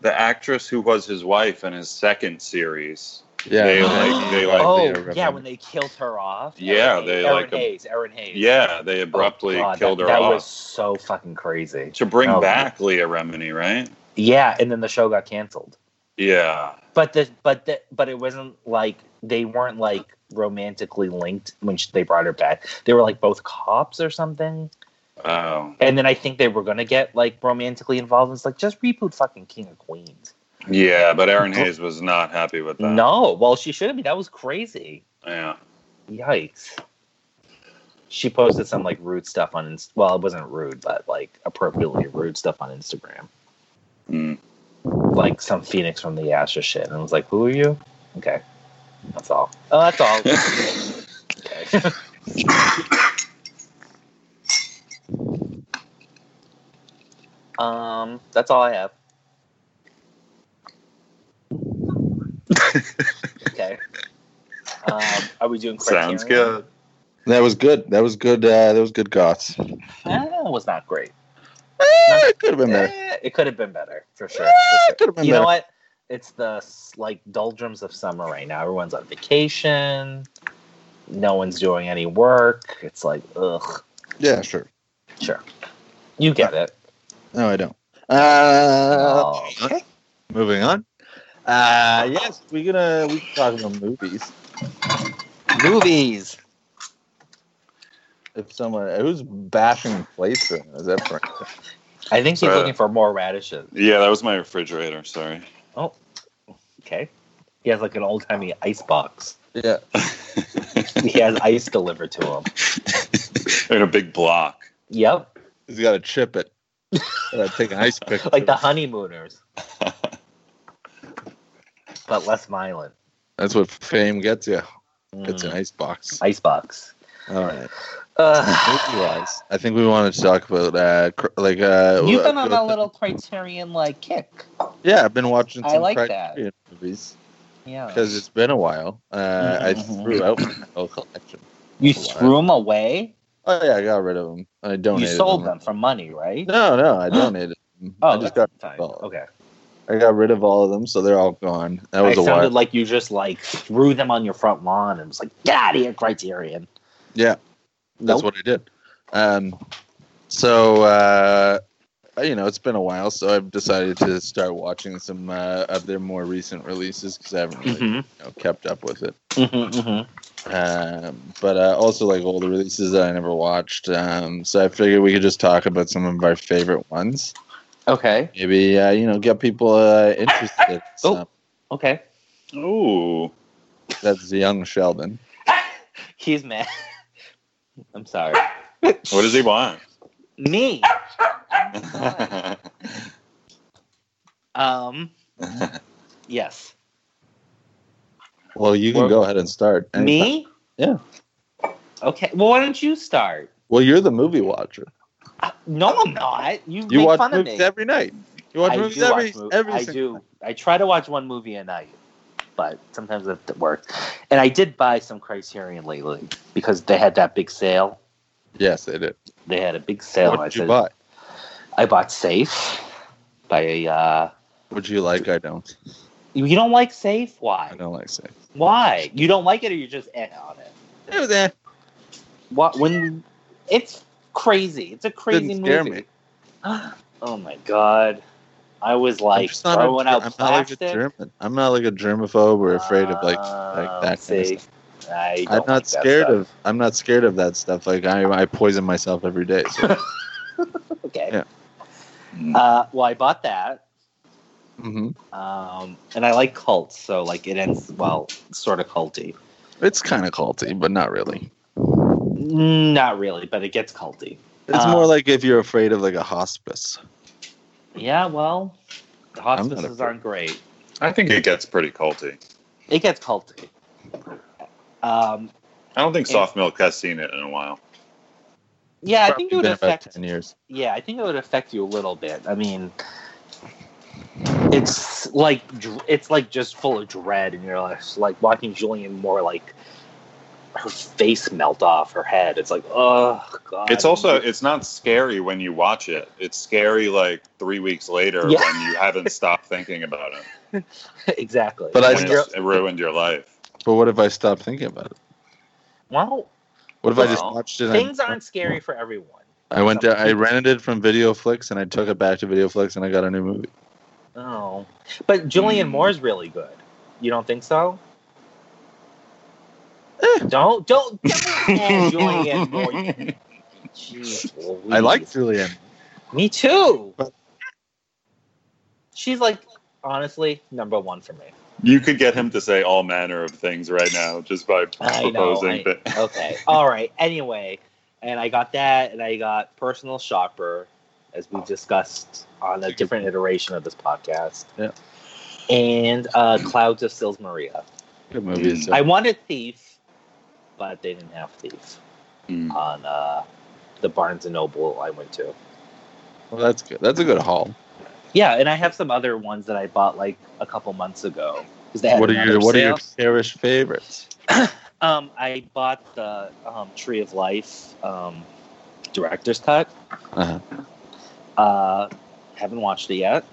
Speaker 1: the actress who was his wife in his second series.
Speaker 3: Yeah,
Speaker 1: They,
Speaker 3: I
Speaker 1: like- they, like-
Speaker 4: oh
Speaker 3: Leah Remini.
Speaker 4: yeah, when they killed her off.
Speaker 1: Yeah,
Speaker 4: Erin
Speaker 1: they,
Speaker 4: Hayes,
Speaker 1: like,
Speaker 4: Erin Hayes. Erin Hayes.
Speaker 1: Yeah, they
Speaker 4: Oh,
Speaker 1: abruptly
Speaker 4: God,
Speaker 1: killed
Speaker 4: that,
Speaker 1: her
Speaker 4: that
Speaker 1: off
Speaker 4: was so fucking crazy.
Speaker 1: to bring
Speaker 4: Oh.
Speaker 1: back Leah Remini, right?
Speaker 4: Yeah, and then the show got canceled.
Speaker 1: Yeah,
Speaker 4: But the but the but it wasn't like they weren't like romantically linked when sh- they brought her back. They were like both cops or something.
Speaker 1: oh,
Speaker 4: And then I think they were gonna get like romantically involved. And it's like just reboot fucking King of Queens.
Speaker 1: yeah. But Aaron Hayes was not happy with that.
Speaker 4: No, well she shouldn't be. That was crazy.
Speaker 1: yeah.
Speaker 4: Yikes. She posted some like rude stuff on. Inst- well, it wasn't rude, but like appropriately rude stuff on Instagram.
Speaker 1: Mm.
Speaker 4: like some phoenix from the ashes shit, and I was like, "Who are you?" Okay, that's all. Oh, that's all. Okay. um, that's all I have. okay. Um, are we doing? Criterion?
Speaker 1: Sounds good.
Speaker 3: That was good. That was good. Uh, that was good. Goths.
Speaker 4: Eh, it was not great.
Speaker 3: it could have been better.
Speaker 4: Eh, it could have been better for sure.
Speaker 3: Eh, could have been
Speaker 4: you know
Speaker 3: better.
Speaker 4: what? It's the s- like doldrums of summer right now. Everyone's on vacation. No one's doing any work. It's like, ugh.
Speaker 3: Yeah, sure.
Speaker 4: Sure, you get it.
Speaker 3: No, I don't. Uh,
Speaker 4: Oh,
Speaker 3: Moving on. Uh, yes, we're gonna we can talk about movies.
Speaker 4: movies.
Speaker 3: If someone who's bashing plates right now? is that Frank?
Speaker 4: I think he's
Speaker 1: Uh,
Speaker 4: looking for more radishes.
Speaker 1: Yeah, that was my refrigerator. Sorry.
Speaker 4: Okay. He has like an old timey ice box.
Speaker 3: Yeah.
Speaker 4: He has ice delivered to him.
Speaker 1: in a big block.
Speaker 4: Yep.
Speaker 3: He's got to chip it. Gotta take an ice pick.
Speaker 4: Like the honeymooners. but less violent.
Speaker 3: That's what fame gets you. It's an
Speaker 4: Mm.
Speaker 3: ice box.
Speaker 4: Ice box.
Speaker 3: All right.
Speaker 4: Ugh.
Speaker 3: Movie-wise, I think we wanted to talk about uh, cr- like uh.
Speaker 4: You've been on a
Speaker 3: uh,
Speaker 4: little criterion like kick.
Speaker 3: Yeah, I've been watching.
Speaker 4: I
Speaker 3: Some
Speaker 4: like that. Uh.
Speaker 3: Criterion movies
Speaker 4: Yeah.
Speaker 3: because it's been a while. Uh, I
Speaker 4: Mhm.
Speaker 3: threw out my whole collection.
Speaker 4: You threw them away?
Speaker 3: Oh yeah, I got rid of them. I
Speaker 4: You
Speaker 3: donated.
Speaker 4: sold them for money, right?
Speaker 3: No, no, I donated. them.
Speaker 4: Oh,
Speaker 3: I just got
Speaker 4: fine.
Speaker 3: well,
Speaker 4: Okay.
Speaker 3: I got rid of all of them, so they're all gone. That
Speaker 4: I
Speaker 3: was a
Speaker 4: sounded
Speaker 3: while.
Speaker 4: like you just like threw them on your front lawn and was like, "Get out of here, Criterion."
Speaker 3: Yeah,
Speaker 4: Nope.
Speaker 3: that's what I did. Um, so uh, you know, it's been a while, so I've decided to start watching some uh, of their more recent releases because I haven't really you know, kept up with it.
Speaker 4: Mm-hmm, mm-hmm.
Speaker 3: Um, but uh, also like all the releases that I never watched. Um, so I figured we could just talk about some of our favorite ones.
Speaker 4: Okay.
Speaker 3: Maybe uh, you know, get people uh, interested. in
Speaker 4: Oh.
Speaker 3: some.
Speaker 4: Okay.
Speaker 1: Ooh.
Speaker 3: That's young Sheldon.
Speaker 4: He's mad. I'm sorry.
Speaker 1: What does he want? Mm.
Speaker 4: Me. Um. Yes.
Speaker 3: Well, you can
Speaker 4: Well-
Speaker 3: go ahead and uh, start. Anytime.
Speaker 4: Me.
Speaker 3: Yeah.
Speaker 4: Okay. Well, why don't you start?
Speaker 3: Well, you're the movie watcher.
Speaker 4: Uh, No, I'm not. You,
Speaker 3: You
Speaker 4: make
Speaker 3: watch
Speaker 4: fun of
Speaker 3: movies
Speaker 4: me.
Speaker 3: every night. You watch
Speaker 4: I
Speaker 3: movies
Speaker 4: do
Speaker 3: every
Speaker 4: watch mov-
Speaker 3: every
Speaker 4: I
Speaker 3: single
Speaker 4: do. I try to watch one movie a night, but sometimes it doesn't work. And I did buy some Criterion lately because they had that big sale.
Speaker 3: Yes, they do.
Speaker 4: They had a big sale.
Speaker 3: what
Speaker 4: and I
Speaker 3: did you
Speaker 4: said-
Speaker 3: buy?
Speaker 4: I bought Safe by uh
Speaker 3: Would you like? I don't.
Speaker 4: you you don't like Safe? Why?
Speaker 3: I don't like say.
Speaker 4: Why? You don't like it or you're just eh on it?
Speaker 3: It was eh.
Speaker 4: What when it's crazy. It's a crazy
Speaker 3: Didn't scare
Speaker 4: movie. oh my god. I was
Speaker 3: I'm
Speaker 4: like
Speaker 3: just not a
Speaker 4: throwing
Speaker 3: ger-
Speaker 4: out
Speaker 3: I'm not like a
Speaker 4: plastic.
Speaker 3: German. I'm not like a germaphobe or afraid of like like
Speaker 4: Um,
Speaker 3: that. Kind of
Speaker 4: see,
Speaker 3: stuff.
Speaker 4: I don't
Speaker 3: I'm
Speaker 4: like
Speaker 3: not
Speaker 4: that
Speaker 3: scared
Speaker 4: stuff.
Speaker 3: of. I'm not scared of that stuff. Like I, I poison myself every day. So.
Speaker 4: Okay.
Speaker 3: Yeah.
Speaker 4: Uh, well, I bought that,
Speaker 3: hmm
Speaker 4: um, and I like cults, so like it ends well, sort of culty.
Speaker 3: It's kind of culty, but not really.
Speaker 4: Not really, but it gets culty.
Speaker 3: It's
Speaker 4: Uh,
Speaker 3: more like if you're afraid of like a hospice.
Speaker 4: Yeah, well, the
Speaker 3: I'm not
Speaker 4: hospices
Speaker 3: a-
Speaker 4: aren't great.
Speaker 1: I think it gets pretty culty.
Speaker 4: It gets culty. Um,
Speaker 1: I don't think
Speaker 4: Yeah.
Speaker 1: Soft Milk has seen it in a while.
Speaker 4: yeah, I think it would
Speaker 3: been about
Speaker 4: affect.
Speaker 3: ten years.
Speaker 4: Yeah, I think it would affect you a little bit. I mean, it's like dr- it's like just full of dread, and you're like, it's like watching Julian Moore like her face melt off her head. It's like, oh god.
Speaker 1: It's also it's not scary when you watch it. It's scary like three weeks later
Speaker 4: Yeah.
Speaker 1: when you haven't stopped thinking about it.
Speaker 4: exactly.
Speaker 3: But I
Speaker 1: when
Speaker 3: still-
Speaker 1: it's- it ruined your life.
Speaker 3: But what if I stop thinking about it?
Speaker 4: well,
Speaker 3: What if I just
Speaker 1: Well,
Speaker 3: watched it? and-
Speaker 4: things aren't scary for everyone.
Speaker 3: I went to, I rented it from VideoFlix and I took it back to VideoFlix and I got a new movie.
Speaker 4: Oh, but Julian
Speaker 1: Hmm.
Speaker 4: Moore's really good. You don't think so?
Speaker 3: Eh.
Speaker 4: Don't don't don't add Julian Moore. Jeez
Speaker 3: I like
Speaker 4: Louise.
Speaker 3: Julian.
Speaker 4: Me too.
Speaker 3: But-
Speaker 4: She's like honestly number one for me.
Speaker 1: You could get him to say all manner of things right now just by
Speaker 4: I know.
Speaker 1: proposing.
Speaker 4: I-
Speaker 1: but
Speaker 4: okay. All right. Anyway, and I got that, and I got personal shopper, as
Speaker 3: Oh.
Speaker 4: we discussed on a different iteration of this podcast.
Speaker 3: Yeah.
Speaker 4: And uh, Clouds of Sils Maria.
Speaker 3: Good movie. so-
Speaker 4: I wanted Thief, but they didn't have Thief
Speaker 1: Mm.
Speaker 4: on uh, the Barnes and Noble I went to.
Speaker 3: well, that's good. That's a good haul.
Speaker 4: Yeah, and I have some other ones that I bought like a couple months ago. 'cause they had
Speaker 3: What are
Speaker 4: another
Speaker 3: your What are
Speaker 4: sale.
Speaker 3: your cherished favorites?
Speaker 4: Um, I bought the um, Tree of Life um, director's cut.
Speaker 3: Uh-huh.
Speaker 4: Uh, haven't watched it yet.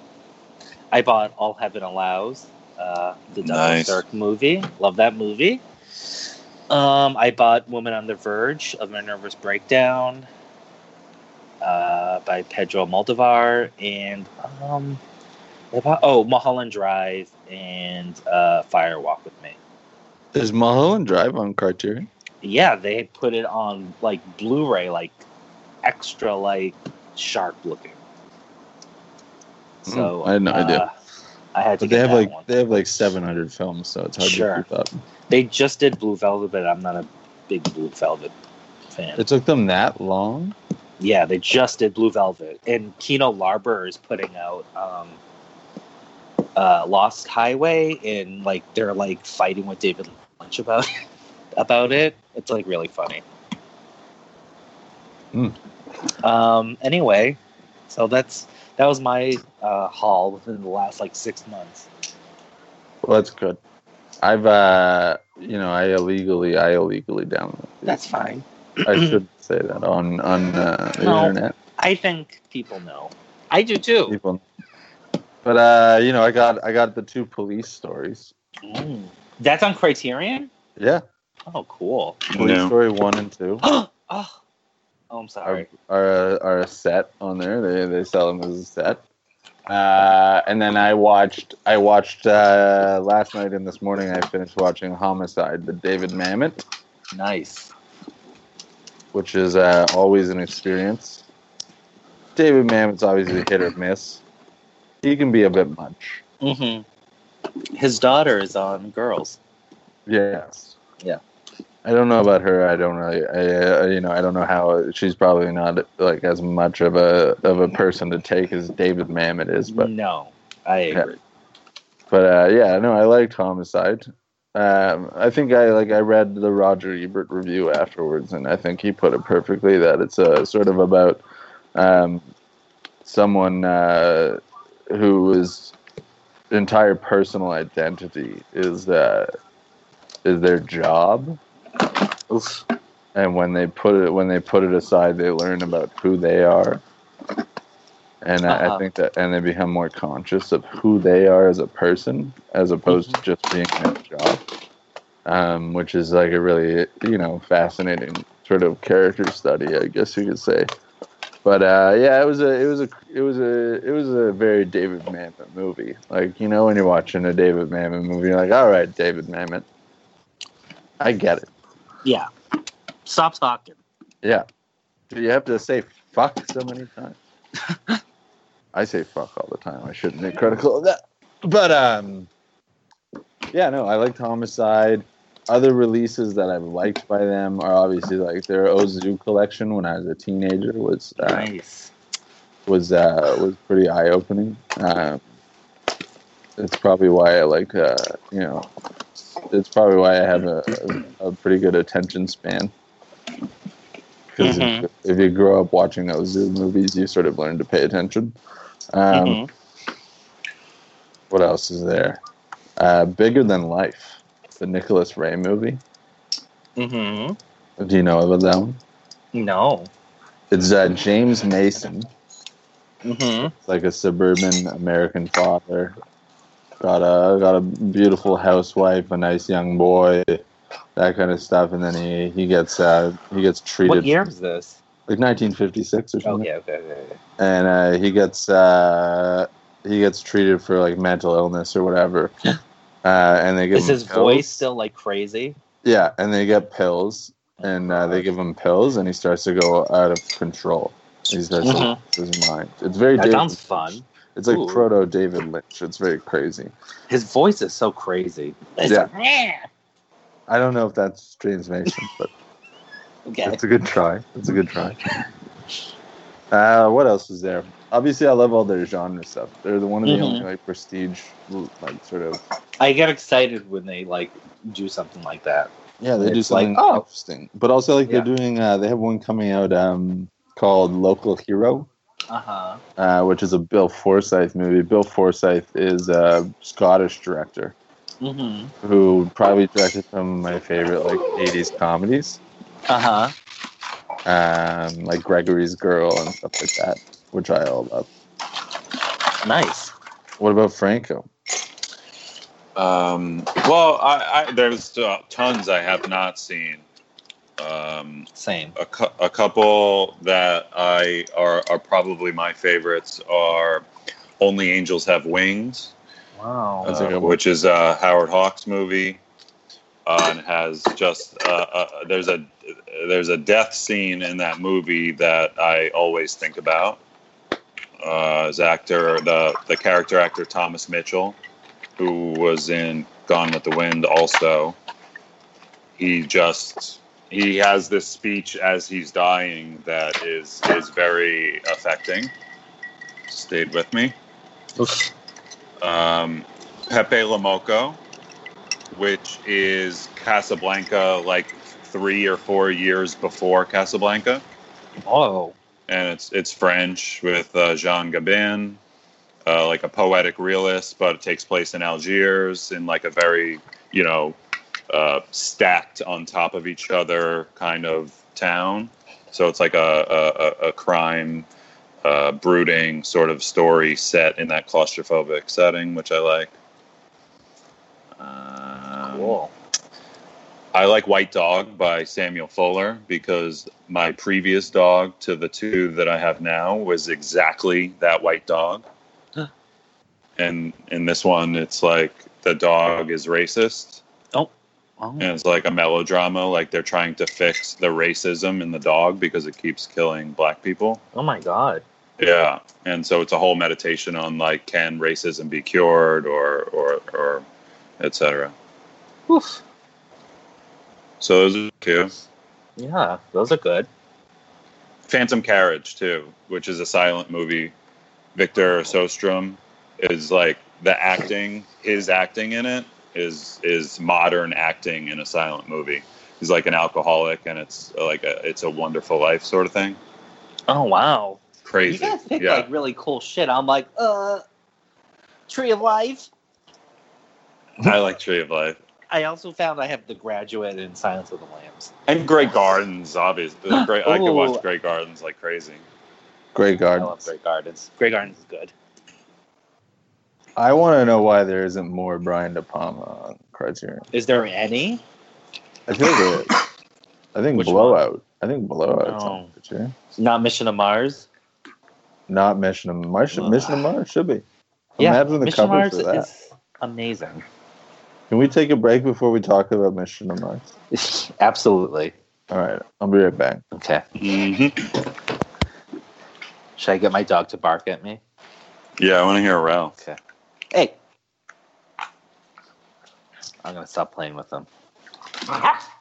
Speaker 4: I bought All Heaven Allows, uh, the Douglas
Speaker 1: Nice.
Speaker 4: Sirk movie. Love that movie. Um, I bought Woman on the Verge of My Nervous Breakdown uh, by Pedro Moldovar. And um, I bought, oh, Mulholland Drive and uh, Fire Walk with Me.
Speaker 3: Is Mulholland Drive on Criterion?
Speaker 4: Yeah, they had put it on like Blu-ray, like extra like sharp looking. So
Speaker 3: Hmm, I had no
Speaker 4: uh,
Speaker 3: idea.
Speaker 4: I had to
Speaker 3: But they
Speaker 4: get
Speaker 3: have
Speaker 4: that
Speaker 3: like
Speaker 4: one.
Speaker 3: they have like 700 films, so it's hard
Speaker 4: Sure.
Speaker 3: to keep up.
Speaker 4: They just did Blue Velvet, but I'm not a big Blue Velvet fan.
Speaker 3: It took them that long.
Speaker 4: yeah, they just did Blue Velvet, and Kino Larber is putting out um, uh, Lost Highway, and like they're like fighting with David Lynch about about it. It's like really funny.
Speaker 3: Hmm.
Speaker 4: Um. Anyway, so that's that was my uh, haul within the last like six months.
Speaker 3: Well, that's good. I've uh, you know, I illegally, I illegally downloaded.
Speaker 4: That's fine.
Speaker 3: I should say that on on uh, the
Speaker 4: No.
Speaker 3: internet.
Speaker 4: I think people know. I do too.
Speaker 3: People. But uh, you know, I got I got the two police stories.
Speaker 4: Mm. That's on Criterion.
Speaker 3: Yeah,
Speaker 4: Oh, cool.
Speaker 3: police story one and two
Speaker 4: oh, oh, I'm
Speaker 3: are
Speaker 4: sorry.
Speaker 3: are a, are a set on there. They they sell them as a set. Uh, and then I watched I watched uh, last night and this morning. I finished watching Homicide, the David Mamet,
Speaker 4: Nice.
Speaker 3: which is uh, always an experience. David Mamet's obviously hit or miss. He can be a bit much.
Speaker 4: hmm His daughter is on Girls.
Speaker 3: Yes.
Speaker 4: Yeah.
Speaker 3: I don't know about her. I don't really. I, uh, you know, I don't know how she's probably not like as much of a of a person to take as David Mamet is, but
Speaker 4: no, I
Speaker 3: Yeah.
Speaker 4: agree.
Speaker 3: but uh, yeah, no, I liked Homicide. Um, I think I like I read the Roger Ebert review afterwards, and I think he put it perfectly that it's a sort of about um, someone uh, whose entire personal identity is uh, is their job,
Speaker 4: Oof.
Speaker 3: and when they put it when they put it aside, they learn about who they are, and I,
Speaker 4: Uh-huh.
Speaker 3: I think that and they become more conscious of who they are as a person, as opposed to just being in a job, um, which is like a really you know fascinating sort of character study, I guess you could say. But uh, yeah, it was a it was a it was a it was a very David Mamet movie. Like you know when you're watching a David Mamet movie, you're like, all right, David Mamet, I get it.
Speaker 4: Yeah. Stop talking.
Speaker 3: Yeah. Do you have to say fuck so many times? I say fuck all the time. I shouldn't be critical of that. But um yeah, no, I liked Homicide. Other releases that I've liked by them are obviously like their Ozu collection when I was a teenager was uh,
Speaker 4: nice.
Speaker 3: was uh, was pretty eye opening. Um, it's probably why I like uh, you know, it's probably why I have a, a pretty good attention span. Because
Speaker 4: Mhm.
Speaker 3: if, if you grow up watching those zoo movies, you sort of learn to pay attention. Um,
Speaker 4: Mhm.
Speaker 3: What else is there? Uh, Bigger than life, the Nicholas Ray movie.
Speaker 4: Mhm.
Speaker 3: Do you know about that one?
Speaker 4: No.
Speaker 3: It's uh, James Mason.
Speaker 4: Mhm.
Speaker 3: like a suburban American father. Got a got a beautiful housewife, a nice young boy, that kind of stuff, and then he he gets uh, he gets treated
Speaker 4: What year is this?
Speaker 3: like 1956 or
Speaker 4: Oh
Speaker 3: something,
Speaker 4: yeah. Okay. okay, okay.
Speaker 3: and uh, he gets uh, he gets treated for like mental illness or whatever, uh, and they give
Speaker 4: Is
Speaker 3: him
Speaker 4: his
Speaker 3: pills.
Speaker 4: voice still like crazy?
Speaker 3: yeah, and they get pills,
Speaker 4: Oh,
Speaker 3: and uh, they give him pills, and he starts to go out of control. He starts
Speaker 4: Mhm.
Speaker 3: to lose his mind. It's very
Speaker 4: That
Speaker 3: David-
Speaker 4: sounds fun.
Speaker 3: It's like
Speaker 4: Ooh.
Speaker 3: proto David Lynch. It's very crazy.
Speaker 4: His voice is so crazy. It's
Speaker 3: Yeah.
Speaker 4: like, "Meh."
Speaker 3: I don't know if that's James Mason, but
Speaker 4: okay.
Speaker 3: it's a good try. It's a good try. Uh, what else is there? Obviously, I love all their genre stuff. They're the one of the
Speaker 4: Mhm.
Speaker 3: only like prestige, like sort of.
Speaker 4: I get excited when they like do something like that.
Speaker 3: Yeah, they
Speaker 4: It's
Speaker 3: do something
Speaker 4: like, oh.
Speaker 3: interesting, but also like
Speaker 4: Yeah.
Speaker 3: they're doing. Uh, they have one coming out um, called Local Hero,
Speaker 4: Uh huh.
Speaker 3: uh, which is a Bill Forsyth movie. Bill Forsyth is a Scottish director
Speaker 4: Mhm.
Speaker 3: who probably directed some of my favorite like '80s comedies.
Speaker 4: Uh huh.
Speaker 3: um, like Gregory's Girl and stuff like that, which I all love.
Speaker 4: Nice.
Speaker 3: What about Franco?
Speaker 1: Um, well, I, I, there's uh, tons I have not seen. Um,
Speaker 4: Same.
Speaker 1: a, cou- a couple that I are, are probably my favorites are Only Angels Have Wings,
Speaker 4: Wow.
Speaker 3: That's
Speaker 1: uh,
Speaker 3: a good one.
Speaker 1: which is a Howard Hawks movie, uh, and has just uh, uh, there's a there's a death scene in that movie that I always think about. uh, his actor, the the character actor Thomas Mitchell, who was in Gone with the Wind, also. He just he has this speech as he's dying that is is very affecting. Stayed with me. Um, Pepe Lamoco, which is Casablanca, like three or four years before Casablanca
Speaker 4: Oh,
Speaker 1: and it's it's French with uh, Jean Gabin, uh, like a poetic realist, but it takes place in Algiers in like a very you know uh, stacked on top of each other kind of town. So it's like a a, a, a crime, uh, brooding sort of story set in that claustrophobic setting, which I like. Um,
Speaker 4: cool.
Speaker 1: I like White Dog by Samuel Fuller because my previous dog to the two that I have now was exactly that white dog.
Speaker 4: Huh.
Speaker 1: And in this one, it's like the dog is racist.
Speaker 4: Oh,
Speaker 1: And it's like a melodrama. Like they're trying to fix the racism in the dog because it keeps killing black people.
Speaker 4: oh my god.
Speaker 1: Yeah. And so it's a whole meditation on like, can racism be cured or, or, or et cetera.
Speaker 4: Oof.
Speaker 1: So those are two.
Speaker 4: Yeah, those are good.
Speaker 1: Phantom Carriage too, which is a silent movie. Victor Sostrom is like the acting, his acting in it is is modern acting in a silent movie. He's like an alcoholic, and it's like a it's a wonderful life sort of thing.
Speaker 4: Oh wow.
Speaker 1: Crazy,
Speaker 4: You guys pick
Speaker 1: yeah.
Speaker 4: like really cool shit. I'm like, uh, Tree of Life.
Speaker 1: I like Tree of Life
Speaker 4: I also found I have The Graduate and Silence of the Lambs.
Speaker 1: and Great Gardens. Obviously, Great, I could
Speaker 4: Ooh.
Speaker 1: watch Great Gardens like crazy.
Speaker 3: Great
Speaker 4: I
Speaker 3: guard.
Speaker 4: love Grey Gardens. Grey Gardens is good.
Speaker 3: I want to know why there isn't more Brian De Palma on Criterion.
Speaker 4: Is there any?
Speaker 3: I feel there is. I think
Speaker 4: Which one?
Speaker 3: Blowout. I think Blowout's on
Speaker 4: No.
Speaker 3: Criterion.
Speaker 4: Not Mission to Mars.
Speaker 3: Not Mission of Mars. should-
Speaker 4: Ugh.
Speaker 3: Mission of Mars should be. Imagine the
Speaker 4: Mission to
Speaker 3: cover
Speaker 4: Mars
Speaker 3: for that.
Speaker 4: is amazing.
Speaker 3: Can we take a break before we talk about Mission of Mars?
Speaker 4: Absolutely.
Speaker 3: All right, I'll be right back.
Speaker 4: Okay.
Speaker 1: Mhm.
Speaker 4: Should I get my dog to bark at me?
Speaker 1: Yeah, I want to hear Ralph.
Speaker 4: Okay. Hey. I'm gonna stop playing with them.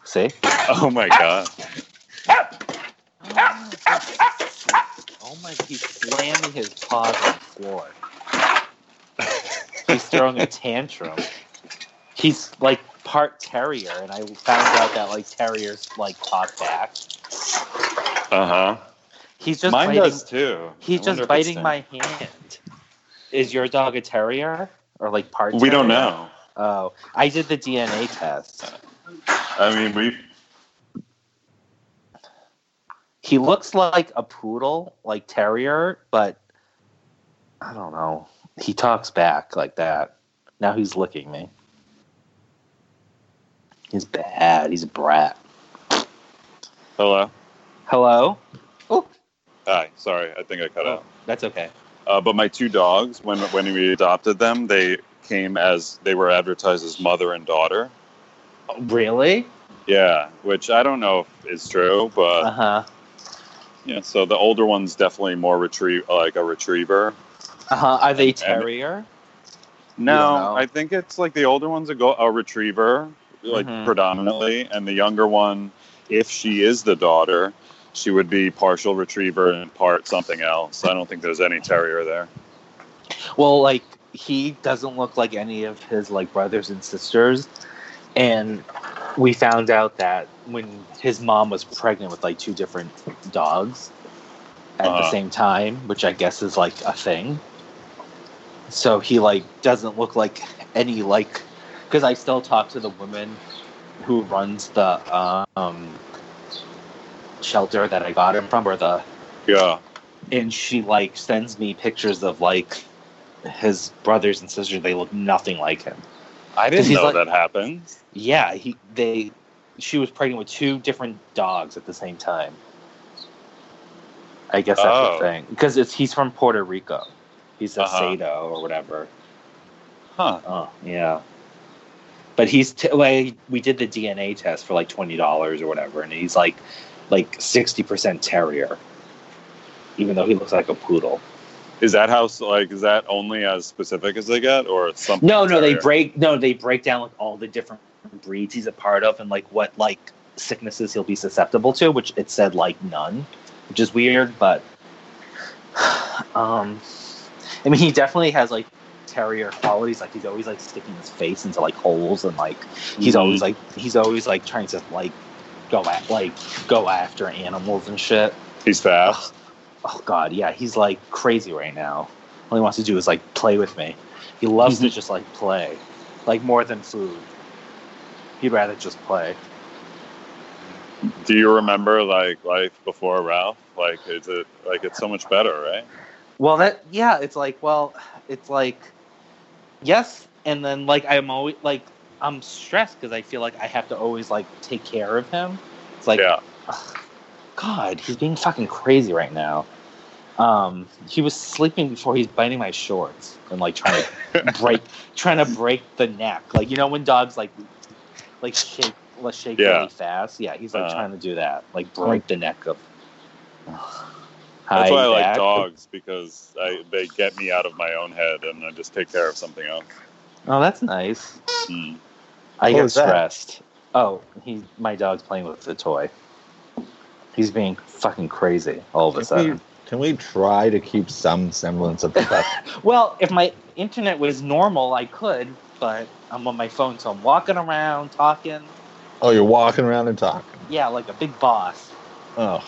Speaker 4: See?
Speaker 1: Oh my god,
Speaker 4: Oh my! He's slamming his paws on the floor. He's throwing a tantrum. He's like part terrier, and I found out that like terriers like talk back.
Speaker 1: uh huh.
Speaker 4: He's just
Speaker 1: Mine
Speaker 4: biting.
Speaker 1: does too.
Speaker 4: He's
Speaker 1: I wonder
Speaker 4: just
Speaker 1: if it's
Speaker 4: biting
Speaker 1: there.
Speaker 4: my hand. Is your dog a terrier or like part?
Speaker 1: We don't
Speaker 4: terrier?
Speaker 1: know.
Speaker 4: Oh, I did the DNA test.
Speaker 1: I mean, we
Speaker 4: He looks like a poodle, like terrier, but I don't know. He talks back like that. Now he's licking me. He's bad. He's a brat.
Speaker 1: hello.
Speaker 4: Hello?
Speaker 1: Hi, sorry, I think I cut out.
Speaker 4: That's okay.
Speaker 1: Uh, but my two dogs, when when we adopted them, they came as they were advertised as mother and daughter.
Speaker 4: Oh, really?
Speaker 1: Yeah, which I don't know if is true,
Speaker 4: Uh
Speaker 1: but
Speaker 4: huh.
Speaker 1: yeah. So the older one's definitely more retrieve, like a retriever.
Speaker 4: Uh huh. Are they terrier?
Speaker 1: No,
Speaker 4: know.
Speaker 1: I think it's like the older one's a, go- a retriever, like
Speaker 4: Mhm.
Speaker 1: predominantly, and the younger one, if she is the daughter, she would be partial retriever and part something else. I don't think there's any terrier there.
Speaker 4: Well, like he doesn't look like any of his like brothers and sisters, and we found out that when his mom was pregnant with like two different dogs at the
Speaker 1: Uh-huh.
Speaker 4: same time, which I guess is like a thing. So he like doesn't look like any like because I still talk to the woman who runs the um, shelter that I got him from, or the
Speaker 1: Yeah.
Speaker 4: and she like sends me pictures of like his brothers and sisters they look nothing like him
Speaker 1: I
Speaker 4: didn't
Speaker 1: didn't know
Speaker 4: know
Speaker 1: that happened.
Speaker 4: yeah he they she was pregnant with two different dogs at the same time i guess that's
Speaker 1: Oh.
Speaker 4: the thing because it's he's from puerto rico he's a
Speaker 1: Uh-huh.
Speaker 4: Sado or whatever
Speaker 1: Huh.
Speaker 4: oh yeah but he's t- like we did the dna test for like $20 or whatever and he's like like 60% terrier even though he looks like a poodle
Speaker 1: Is that how like is that only as specific as they get, or something?
Speaker 4: No, no, they
Speaker 1: scarier?
Speaker 4: break. No, they break down like all the different breeds he's a part of, and like what like sicknesses he'll be susceptible to. Which it said like none, which is weird, but um, I mean, he definitely has like terrier qualities. Like he's always like sticking his face into like holes, and like he's
Speaker 1: Mhm.
Speaker 4: always like he's always like trying to like go at like go after animals and shit.
Speaker 1: Mm-hmm. He's fast.
Speaker 4: Oh God, yeah, he's like crazy right now. All he wants to do is like play with me. He loves to just like play, like more than food. He'd rather just play.
Speaker 1: Do you remember like life before Ralph? Like is it like it's so much better, right?
Speaker 4: Well, that yeah, it's like well, it's like yes, and then like I'm always like I'm stressed because I feel like I have to always like take care of him. It's like
Speaker 1: yeah.
Speaker 4: God, he's being fucking crazy right now. Um, he was sleeping before he's biting my shorts and like trying to break, trying to break the neck. Like you know when dogs like, like shake, let's shake
Speaker 1: Yeah.
Speaker 4: really fast. Yeah, he's like
Speaker 1: Uh.
Speaker 4: trying to do that, like break the neck of.
Speaker 1: That's
Speaker 4: Hi,
Speaker 1: why I like
Speaker 4: Zach.
Speaker 1: dogs because I, they get me out of my own head and I just take care of something else.
Speaker 4: Oh, that's nice.
Speaker 1: Mm.
Speaker 4: I
Speaker 3: What
Speaker 4: get
Speaker 3: was that?
Speaker 4: stressed. Oh, he, my dog's playing with the toy. He's being fucking crazy all of a
Speaker 3: Can
Speaker 4: sudden.
Speaker 3: we, can we try to keep some semblance of the fact-
Speaker 4: Well, if my internet was normal, I could, but I'm on my phone, so I'm walking around talking.
Speaker 3: Oh, you're walking around and talking.
Speaker 4: Yeah, like a big boss.
Speaker 3: Oh,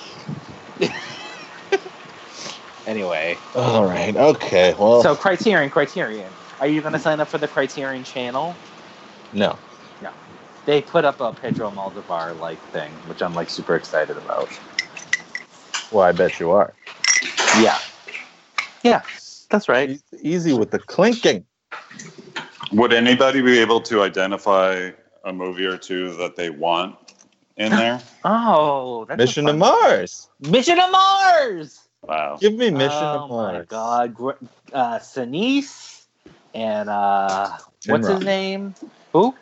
Speaker 4: Anyway,
Speaker 3: all right. Okay. Well,
Speaker 4: so Criterion, Criterion. Are you going to sign up for the Criterion channel?
Speaker 3: no.
Speaker 4: They put up a Pedro Maldivar like thing, which I'm like super excited about.
Speaker 3: Well, I bet you are.
Speaker 4: Yeah. Yeah, that's right.
Speaker 3: E- Easy with the clinking.
Speaker 1: Would anybody be able to identify a movie or two that they want in there?
Speaker 4: Oh, that's a
Speaker 3: Mission to
Speaker 4: fun-
Speaker 3: Mars.
Speaker 4: Mission to Mars.
Speaker 1: Wow.
Speaker 3: Give me Mission
Speaker 4: oh
Speaker 3: to Mars.
Speaker 4: my God, Gr- uh, Sinise and uh,
Speaker 3: Tim
Speaker 4: what's his
Speaker 3: Robbins.
Speaker 4: name? Who?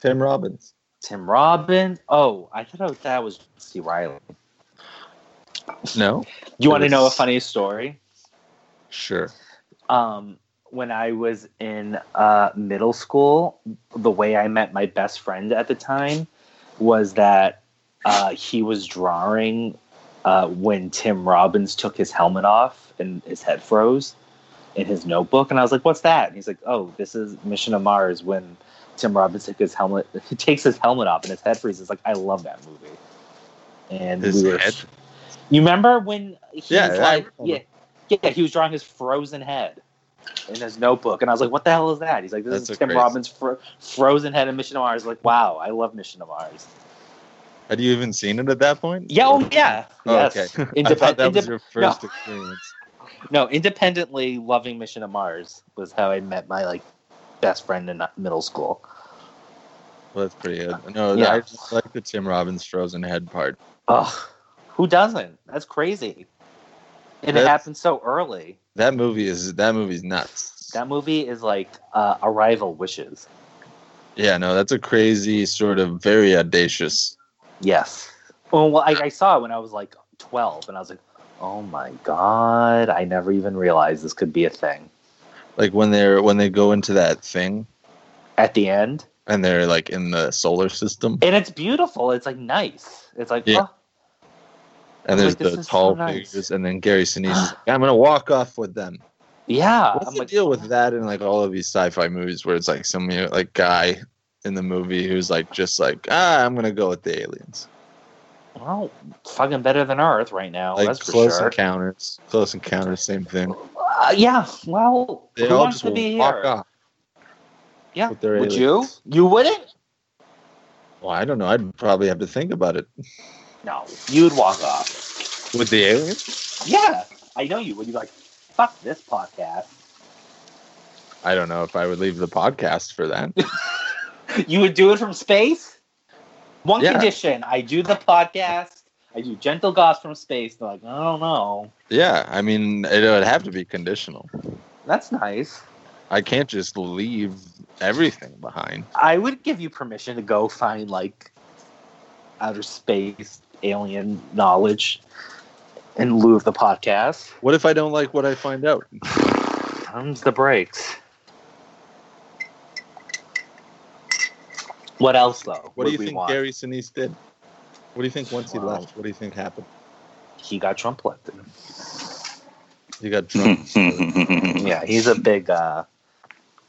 Speaker 3: Tim Robbins.
Speaker 4: Tim Robbins. Oh, I thought that was C. Riley.
Speaker 3: No.
Speaker 4: You want to
Speaker 3: Yes.
Speaker 4: know a funny story?
Speaker 3: Sure.
Speaker 4: Um, when I was in uh, middle school, the way I met my best friend at the time was that uh, he was drawing uh, when Tim Robbins took his helmet off and his head froze in his notebook, and I was like, "What's that?" And he's like, "Oh, this is Mission to Mars when." Tim Robbins took his helmet. He takes his helmet off and his head freezes. Like I love that movie. And
Speaker 3: His
Speaker 4: we were
Speaker 3: head?
Speaker 4: You remember when he's
Speaker 3: Yeah, I
Speaker 4: like, yeah,
Speaker 3: remember.
Speaker 4: yeah, he was drawing his frozen head in his notebook, and I was like, "What the hell is that?" He's like, "This
Speaker 3: That's
Speaker 4: is
Speaker 3: so
Speaker 4: Tim
Speaker 3: crazy.
Speaker 4: Robbins' fro- frozen head in Mission to Mars." Like, wow, I love Mission to Mars.
Speaker 3: Had you even seen it at that point?
Speaker 4: Yeah, oh yeah,
Speaker 3: Oh,
Speaker 4: yes.
Speaker 3: okay. I
Speaker 4: Independ-
Speaker 3: thought that was
Speaker 4: indep-
Speaker 3: your first experience.
Speaker 4: no, independently loving Mission to Mars was how I met my like best friend in uh, middle school.
Speaker 3: Well, that's pretty good. No,
Speaker 4: Yeah.
Speaker 3: I just like the Tim Robbins frozen head part.
Speaker 4: Ugh, who doesn't? That's crazy. And it
Speaker 3: That's-
Speaker 4: happened so early.
Speaker 3: That movie is that movie's nuts.
Speaker 4: That movie is like uh, Arrival Wishes.
Speaker 3: yeah, no, that's a crazy sort of very audacious.
Speaker 4: Yes. Well, well I, I saw it when I was like 12, and I was like, oh my God, I never even realized this could be a thing.
Speaker 3: Like when they're when they go into that thing
Speaker 4: At the end,
Speaker 3: and they're like in the solar system
Speaker 4: and it's beautiful. It's like nice. It's like,
Speaker 3: Yeah.
Speaker 4: oh,
Speaker 3: and there's
Speaker 4: like, this
Speaker 3: the
Speaker 4: is so
Speaker 3: tall
Speaker 4: nice.
Speaker 3: figures and then Gary Sinise is like, I'm gonna walk off with them.
Speaker 4: yeah.
Speaker 3: What's
Speaker 4: I'm
Speaker 3: the
Speaker 4: like,
Speaker 3: deal with that in like all of these sci-fi movies where it's like some you know, like guy in the movie who's like just like ah I'm gonna go with the aliens
Speaker 4: well, fucking better than Earth right now.
Speaker 3: like
Speaker 4: Oh, that's for
Speaker 3: close
Speaker 4: sure.
Speaker 3: encounters close encounters same thing
Speaker 4: Uh, yeah. Well,
Speaker 3: they
Speaker 4: who
Speaker 3: all
Speaker 4: wants
Speaker 3: just
Speaker 4: to be here?
Speaker 3: walk off
Speaker 4: Yeah.
Speaker 3: with their
Speaker 4: Would
Speaker 3: aliens.
Speaker 4: you? You wouldn't?
Speaker 3: Well, I don't know. I'd probably have to think about it.
Speaker 4: No, you'd walk off.
Speaker 3: With the aliens?
Speaker 4: Yeah, I know you would. You'd be like, fuck this podcast.
Speaker 3: I don't know if I would leave the podcast for that.
Speaker 4: You would do it from space? One
Speaker 3: Yeah.
Speaker 4: condition I do the podcast, I do gentle goss from space. They're like, I don't know.
Speaker 3: yeah, I mean, it would have to be conditional.
Speaker 4: That's nice.
Speaker 3: I can't just leave everything behind.
Speaker 4: I would give you permission to go find like outer space alien knowledge in lieu of the podcast.
Speaker 3: What if I don't like what I find out?
Speaker 4: Comes the breaks.
Speaker 6: What else though?
Speaker 3: What
Speaker 4: Would
Speaker 3: do you
Speaker 4: we
Speaker 3: think
Speaker 4: want?
Speaker 3: Gary Sinise did? What do you think once he
Speaker 4: Wow.
Speaker 3: left? What do you think happened?
Speaker 4: He got Trump elected.
Speaker 3: He got
Speaker 1: Hmm.
Speaker 3: drunk.
Speaker 1: yeah.
Speaker 4: Yeah, he's a big. uh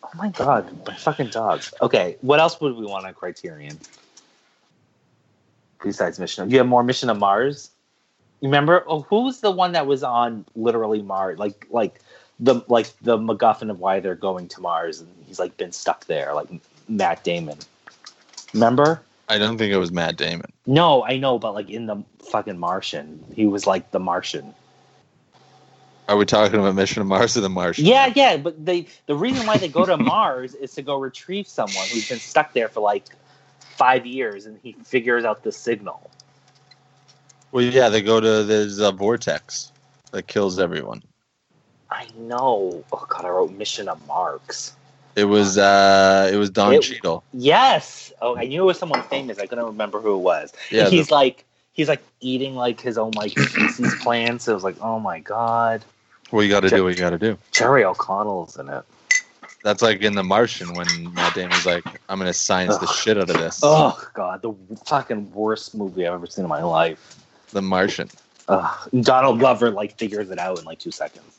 Speaker 4: Oh my god, my fucking dogs. Okay, what else would we want on Criterion? Besides Mission, you have more Mission to Mars. You Remember, oh, who was the one that was on literally Mars? Like, like the like the MacGuffin of why they're going to Mars, and he's like been stuck there, like Matt Damon. Remember?
Speaker 3: I don't think it was Matt Damon.
Speaker 4: No, I know, but like in the fucking Martian, he was like the Martian.
Speaker 3: Are we talking about Mission to Mars or the Martian?
Speaker 4: Yeah, yeah, but they the reason why they go to Mars is to go retrieve someone who's been stuck there for like five years, and he figures out the signal.
Speaker 3: Well, yeah, they go to there's a vortex that kills everyone.
Speaker 4: I know. Oh god, I wrote Mission of Marks.
Speaker 3: It was uh it was Don
Speaker 4: It-
Speaker 3: Cheadle.
Speaker 4: Yes. Oh, I knew it was someone famous. I couldn't remember who it was.
Speaker 3: Yeah,
Speaker 4: he's
Speaker 3: the,
Speaker 4: like he's like eating like his own like feces plants. It was like, oh my god,
Speaker 3: what you got to do, what you got to do.
Speaker 4: Jerry O'Connell's in it.
Speaker 3: That's like in The Martian when Matt Damon's like, "I'm gonna science the
Speaker 4: Ugh.
Speaker 3: shit out of this."
Speaker 4: Oh god, the fucking worst movie I've ever seen in my life.
Speaker 3: The Martian.
Speaker 4: Ugh. Donald Glover like figures it out in like two seconds.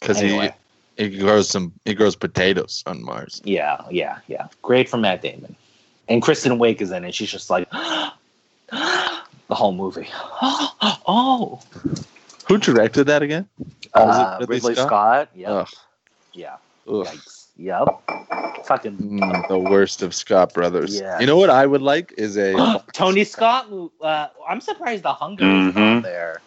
Speaker 3: because
Speaker 4: Anyway.
Speaker 3: he he grows some he grows potatoes on Mars.
Speaker 4: Yeah, yeah, yeah. Great for Matt Damon. And Kristen Wake is in it. She's just like the whole movie. oh,
Speaker 3: Who directed that again? Oh, is it
Speaker 4: uh,
Speaker 3: Ridley
Speaker 4: Ridley
Speaker 3: Scott?
Speaker 4: Scott. Yep.
Speaker 3: Ugh.
Speaker 4: Yeah.
Speaker 3: Ugh.
Speaker 4: Yikes. Yep. Fucking
Speaker 3: Mm, the worst of Scott brothers.
Speaker 4: Yeah.
Speaker 3: You know what I would like is a
Speaker 4: Tony Scott. mo- Uh, I'm surprised The Hunger is
Speaker 1: Mhm.
Speaker 4: not there.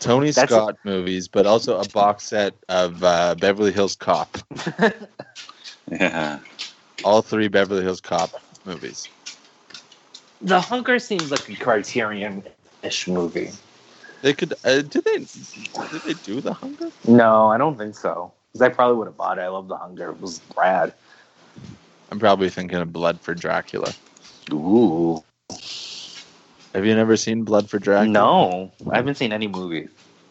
Speaker 3: Tony
Speaker 4: That's a-
Speaker 3: Scott movies, but also a box set of uh, Beverly Hills Cop. All three Beverly Hills Cop movies.
Speaker 4: The Hunger seems like a Criterion-ish movie.
Speaker 3: They could uh, did they did they do the Hunger?
Speaker 4: No, I don't think so. 'Cause I probably would have bought it. I love The Hunger. It was rad.
Speaker 3: I'm probably thinking of Blood for Dracula.
Speaker 4: Ooh.
Speaker 3: Have you never seen Blood for Dracula?
Speaker 4: No, I haven't seen any movies.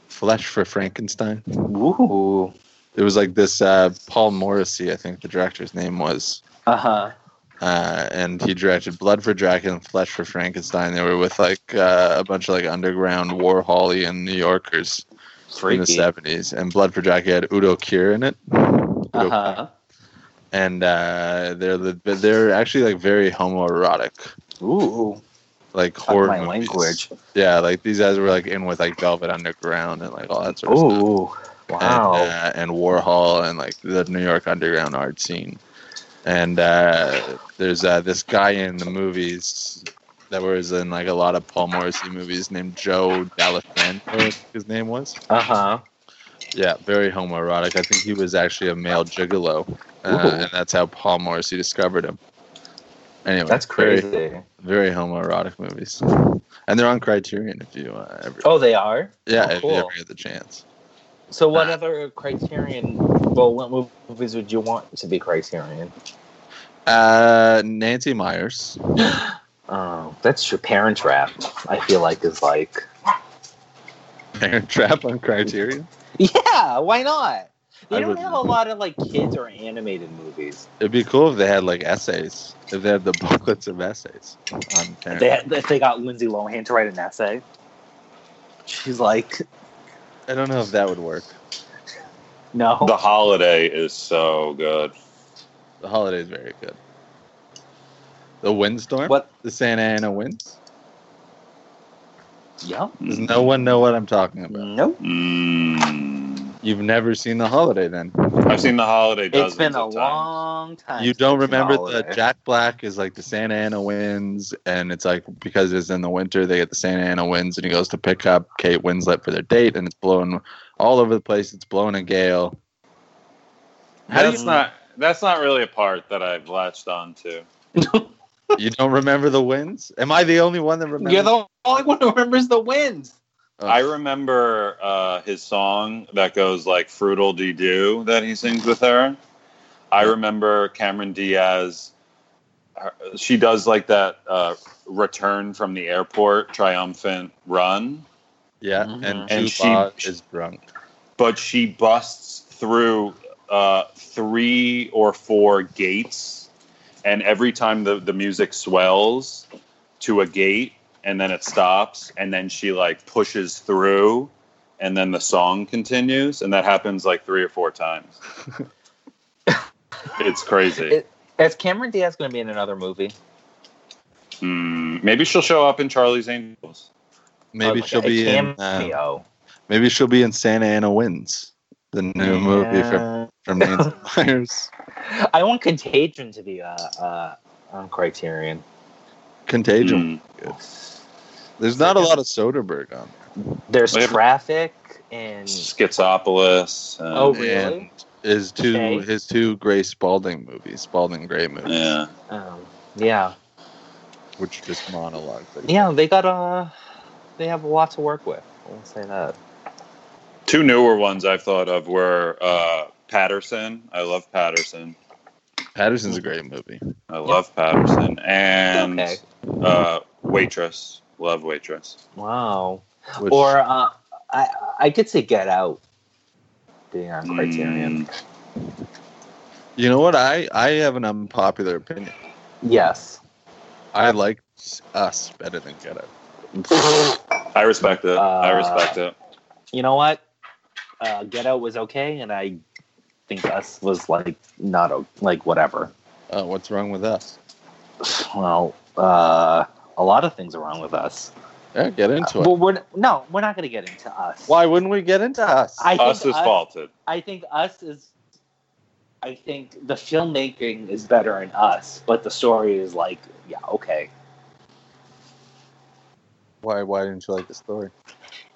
Speaker 3: Flesh for Frankenstein.
Speaker 4: Ooh.
Speaker 3: It was like this uh, Paul Morrissey, I think the director's name was.
Speaker 4: Uh huh.
Speaker 3: uh, and he directed Blood for Dracula and Flesh for Frankenstein. They were with like uh, a bunch of like underground Warholian New Yorkers in the seventies. And Blood for Dracula had Udo Kier in it, Udo
Speaker 4: Uh huh.
Speaker 3: and uh, they're the, but they're actually like very homoerotic,
Speaker 4: Ooh.
Speaker 3: like
Speaker 4: Fuck
Speaker 3: horror
Speaker 4: my
Speaker 3: movies.
Speaker 4: language.
Speaker 3: Yeah, like these guys were like in with like Velvet Underground and like all that sort of stuff.
Speaker 4: Ooh. Wow.
Speaker 3: and, uh, and Warhol and like the New York underground art scene. And uh, there's uh, this guy in the movies that was in like a lot of Paul Morrissey movies named Joe D'Alessandro. I think His name was
Speaker 4: Uh huh.
Speaker 3: yeah, very homoerotic. I think he was actually a male gigolo, uh,
Speaker 4: Ooh.
Speaker 3: and that's how Paul Morrissey discovered him. Anyway,
Speaker 4: That's
Speaker 3: very-
Speaker 4: crazy.
Speaker 3: Very, homoerotic movies, and they're on Criterion if you uh, ever
Speaker 4: Oh, they are.
Speaker 3: yeah
Speaker 4: oh,
Speaker 3: if you ever
Speaker 4: cool.
Speaker 3: get the chance.
Speaker 4: So, what other Criterion? Well, what movies would you want to be Criterion?
Speaker 3: Uh, Nancy Myers.
Speaker 4: Oh, that's your Parent Trap. I feel like is like.
Speaker 3: Parent Trap on Criterion.
Speaker 4: Yeah. Why not? They
Speaker 3: I
Speaker 4: don't
Speaker 3: would-
Speaker 4: have a lot of like kids or animated movies.
Speaker 3: It'd be cool if they had like essays. If they had the booklets of essays on Parent.
Speaker 4: They had, if they got Lindsay Lohan to write an essay, she's like,
Speaker 3: I don't know if that would work.
Speaker 4: no.
Speaker 1: The holiday is so good.
Speaker 3: The holiday's very good. The windstorm.
Speaker 4: What?
Speaker 3: The Santa Ana winds.
Speaker 4: Yep.
Speaker 3: Does no one know what I'm talking about?
Speaker 4: Nope.
Speaker 1: Mm.
Speaker 3: You've never seen the holiday, then.
Speaker 1: I've seen the holiday.
Speaker 4: It's
Speaker 1: dozens
Speaker 4: been a
Speaker 1: of times.
Speaker 4: long time.
Speaker 3: You don't
Speaker 4: since I've seen
Speaker 3: remember
Speaker 4: all of
Speaker 3: the
Speaker 4: it.
Speaker 3: Jack Black is like the Santa Ana winds, and it's like because it's in the winter, they get the Santa Ana winds, and he goes to pick up Kate Winslet for their date, and it's blowing all over the place. It's blowing a gale. How do
Speaker 1: That's
Speaker 3: you
Speaker 1: not. That's not really a part that I've latched on to.
Speaker 3: you don't remember the winds? Am I the only one that remembers?
Speaker 4: You're the only one who remembers the winds.
Speaker 3: Oh,
Speaker 1: I remember uh, his song that goes like "Fruital de Doo" that he sings with her. I remember Cameron Diaz. her- She does like that uh, return from the airport triumphant run.
Speaker 3: Yeah,
Speaker 4: Mm-hmm.
Speaker 5: Mhm.
Speaker 3: and
Speaker 1: And
Speaker 3: Jude
Speaker 1: she-
Speaker 3: Law is drunk.
Speaker 1: but she busts through uh, three or four gates, and every time the, the music swells to a gate, and then it stops, and then she like pushes through, and then the song continues, and that happens like three or four times. it's crazy.
Speaker 4: It- Is Cameron Diaz going to be in another movie?
Speaker 1: Hmm, maybe she'll show up in Charlie's Angels.
Speaker 3: Maybe
Speaker 4: Like,
Speaker 3: she'll
Speaker 4: a
Speaker 3: be in. Uh,
Speaker 4: Oh, cameo.
Speaker 3: maybe she'll be in Santa Ana Wins, the new movie from
Speaker 5: Yeah.
Speaker 3: from Nancy Myers.
Speaker 4: I want Contagion to be uh, uh, on Criterion.
Speaker 3: Contagion.
Speaker 1: Hmm.
Speaker 4: Hmm.
Speaker 3: There's not a lot of Soderbergh on.
Speaker 4: There's
Speaker 1: Wait.
Speaker 4: traffic and
Speaker 1: Schizopolis. uh,
Speaker 4: oh
Speaker 3: and-
Speaker 4: really?
Speaker 3: There. His two
Speaker 4: Okay.
Speaker 3: his two Gray Spalding movies, Spalding Gray movies,
Speaker 1: yeah.
Speaker 4: Um, yeah,
Speaker 3: which are just monologues.
Speaker 4: yeah. They got uh, they have a lot to work with. I will say that.
Speaker 1: Two newer ones I've thought of were uh, Patterson. I love Patterson.
Speaker 3: Patterson's a great movie.
Speaker 1: I love Patterson and
Speaker 4: Okay.
Speaker 1: uh, waitress. Love waitress.
Speaker 4: Wow.
Speaker 3: Which,
Speaker 4: Or uh, I I could see Get Out being on Criterion.
Speaker 1: Mm,
Speaker 3: you know what? I I have an unpopular opinion.
Speaker 4: Yes.
Speaker 3: I like Us better than Get Out.
Speaker 1: I respect it. I
Speaker 4: Uh,
Speaker 1: respect it.
Speaker 4: you know what? Uh, Get Out was okay, and I think Us was like not o- like whatever.
Speaker 3: Uh, what's wrong with Us?
Speaker 4: Well, uh, a lot of things are wrong with Us.
Speaker 3: Yeah, get into it.
Speaker 4: Well, we're no, we're not going to get into Us.
Speaker 3: Uh, Why wouldn't we get into Us?
Speaker 4: Uh, I think
Speaker 1: Us is faulted.
Speaker 4: I think Us is. I think the filmmaking is better in Us, but the story is like, yeah, okay.
Speaker 3: why Why didn't you like the story?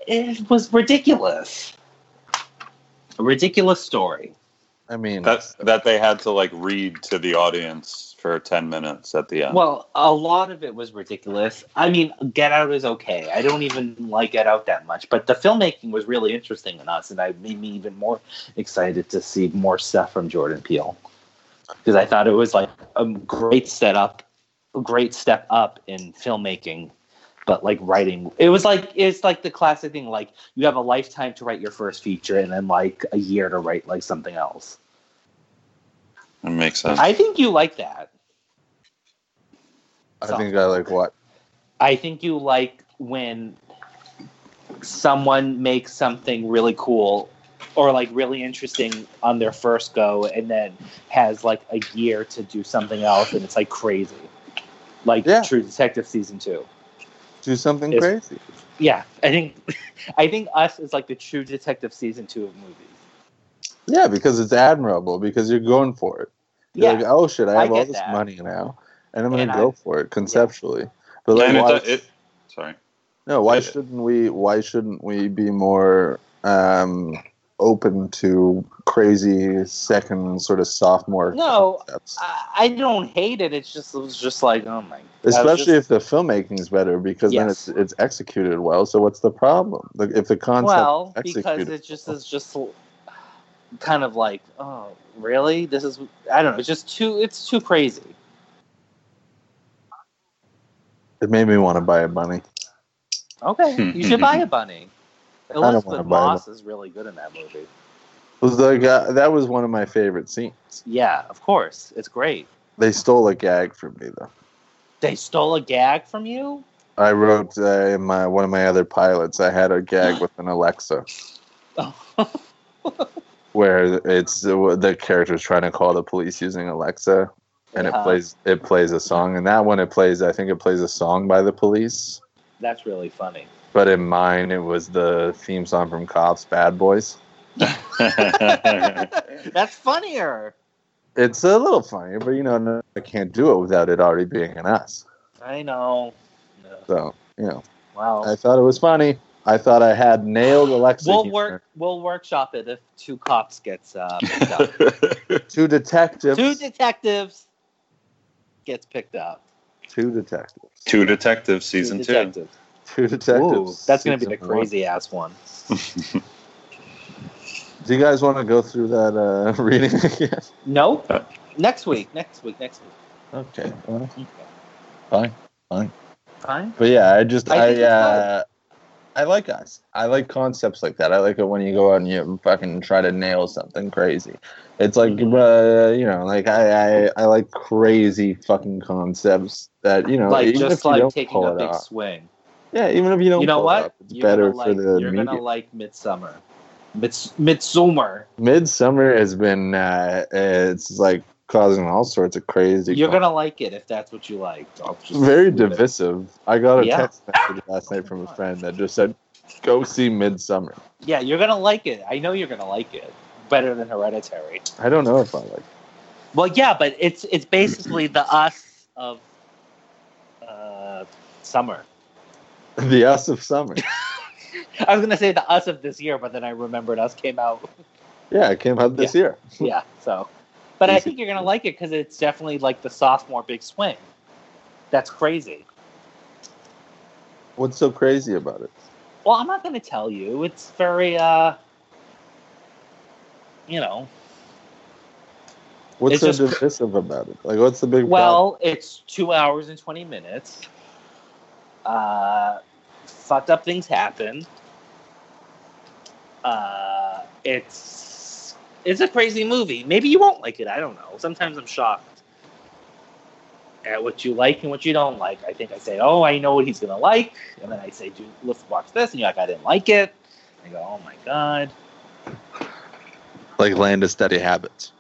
Speaker 4: It was ridiculous. A ridiculous story.
Speaker 3: I mean,
Speaker 1: That that they had to like read to the audience for ten minutes at the end.
Speaker 4: Well, a lot of it was ridiculous. I mean, Get Out is okay. I don't even like Get Out that much, but the filmmaking was really interesting in us, and I made me even more excited to see more stuff from Jordan Peele because I thought it was like a great setup, a great step up in filmmaking. But like writing, it was like it's like the classic thing. Like you have a lifetime to write your first feature, and then like a year to write like something else.
Speaker 1: It makes sense.
Speaker 4: I think you like that.
Speaker 3: I think I like what
Speaker 4: I think you like when someone makes something really cool or like really interesting on their first go and then has like a year to do something else and it's like crazy. Like
Speaker 3: Yeah.
Speaker 4: True Detective season 2.
Speaker 3: do something
Speaker 4: It's-
Speaker 3: crazy.
Speaker 4: Yeah, I think I think us is like the True Detective season 2 of movies.
Speaker 3: Yeah, because it's admirable. Because you're going for it. You're
Speaker 4: Yeah.
Speaker 3: like, oh shit, I
Speaker 4: I
Speaker 3: have all
Speaker 4: get
Speaker 3: this
Speaker 4: that.
Speaker 3: money now, and I'm gonna
Speaker 4: And I-
Speaker 3: go for it conceptually. But like,
Speaker 1: and it,
Speaker 3: why,
Speaker 1: do- it, sorry.
Speaker 3: no, why
Speaker 1: it-
Speaker 3: shouldn't we? Why shouldn't we be more um, open to crazy second sort of sophomore?
Speaker 4: No,
Speaker 3: concepts?
Speaker 4: I, I don't hate it. It's just it was just like oh my. I was
Speaker 3: Especially
Speaker 4: just-
Speaker 3: if the filmmaking is better, because
Speaker 4: Yes.
Speaker 3: then it's, it's executed well. So what's the problem? Like, if the concept
Speaker 4: well
Speaker 3: is
Speaker 4: because
Speaker 3: executed,
Speaker 4: it just is just kind of like oh really this is i don't know it's just too it's too crazy
Speaker 3: it made me want to buy a bunny.
Speaker 4: okay you should buy a bunny
Speaker 3: wanna buy a
Speaker 4: elizabeth
Speaker 3: bunny.
Speaker 4: moss is really good in that movie
Speaker 3: It was like uh, that was one of my favorite scenes.
Speaker 4: yeah of course it's great
Speaker 3: They stole a gag from me though.
Speaker 4: they stole a gag from you
Speaker 3: I wrote uh, in my one of my other pilots. I had a gag with an Alexa
Speaker 4: oh,
Speaker 3: where it's uh, the character's trying to call the police using Alexa, and it
Speaker 4: Yeah.
Speaker 3: plays it plays a song. And that one, it plays. I think it plays a song by the police.
Speaker 4: that's really funny
Speaker 3: But in mine, it was the theme song from Cops Bad Boys.
Speaker 4: that's funnier
Speaker 3: It's a little funny, but you know, no, I can't do it without it already being an us.
Speaker 4: i know
Speaker 3: So you know,
Speaker 4: wow
Speaker 3: I thought it was funny. I thought I had nailed Alexa.
Speaker 4: we'll
Speaker 3: humor.
Speaker 4: work we'll workshop it if two cops gets uh, picked up
Speaker 3: two detectives.
Speaker 4: two detectives gets picked up.
Speaker 3: two detectives.
Speaker 1: two detectives season
Speaker 4: two.
Speaker 1: two.
Speaker 4: detectives.
Speaker 3: Two
Speaker 4: Ooh,
Speaker 3: detectives.
Speaker 4: that's gonna be the
Speaker 3: season one.
Speaker 4: crazy ass one.
Speaker 3: Do you guys want to go through that uh, reading again?
Speaker 4: No,
Speaker 1: Uh.
Speaker 4: next week, next week, next week.
Speaker 3: Okay. well,
Speaker 4: Okay.
Speaker 3: Fine.
Speaker 4: Fine.
Speaker 3: But yeah, I just
Speaker 4: I
Speaker 3: I,
Speaker 4: think it's
Speaker 3: uh, I like us. I like concepts like that. I like it when you go out and you fucking try to nail something crazy. It's like, uh, you know, like I, I, I like crazy fucking concepts that you know,
Speaker 4: like
Speaker 3: even if
Speaker 4: just
Speaker 3: you
Speaker 4: like
Speaker 3: don't
Speaker 4: taking
Speaker 3: pull
Speaker 4: a
Speaker 3: it
Speaker 4: big
Speaker 3: off.
Speaker 4: swing.
Speaker 3: Yeah, even if you don't.
Speaker 4: You know
Speaker 3: pull it
Speaker 4: what?
Speaker 3: off, it's better
Speaker 4: gonna
Speaker 3: for
Speaker 4: like,
Speaker 3: the
Speaker 4: You're
Speaker 3: media.
Speaker 4: gonna like Midsummer. Mids Midsummer.
Speaker 3: Midsummer has been. Uh, it's like causing all sorts of crazy.
Speaker 4: You're
Speaker 3: con-
Speaker 4: gonna like it if that's what you like. I'll just
Speaker 3: very
Speaker 4: leave it.
Speaker 3: divisive. I got a
Speaker 4: Yeah.
Speaker 3: text message last night from a friend that just said, "Go see Midsummer."
Speaker 4: Yeah, you're gonna like it. I know you're gonna like it better than Hereditary.
Speaker 3: I don't know if I like.
Speaker 4: Well, yeah, but it's it's basically the us of uh, summer.
Speaker 3: The Us of Summer.
Speaker 4: I was gonna say the us of this year, but then I remembered us came out.
Speaker 3: Yeah, it came out this year.
Speaker 4: Yeah, so. But I
Speaker 3: Easy.
Speaker 4: think you're gonna like it because it's definitely like the sophomore big swing. That's crazy.
Speaker 3: What's so crazy about it?
Speaker 4: Well, I'm not gonna tell you. It's very uh, you know,
Speaker 3: What's
Speaker 4: It's
Speaker 3: so
Speaker 4: just-
Speaker 3: divisive about it? Like, what's the big problem?
Speaker 4: Well, it's two hours and twenty minutes. Uh, fucked up things happen. Uh, it's it's a crazy movie. Maybe you won't like it. I don't know. Sometimes I'm shocked at what you like and what you don't like. I think I say, "Oh, I know what he's gonna like," and then I say, "Dude, let's watch this," and you're like, "I didn't like it." I go, "Oh my god."
Speaker 3: Like Land of Steady Habits.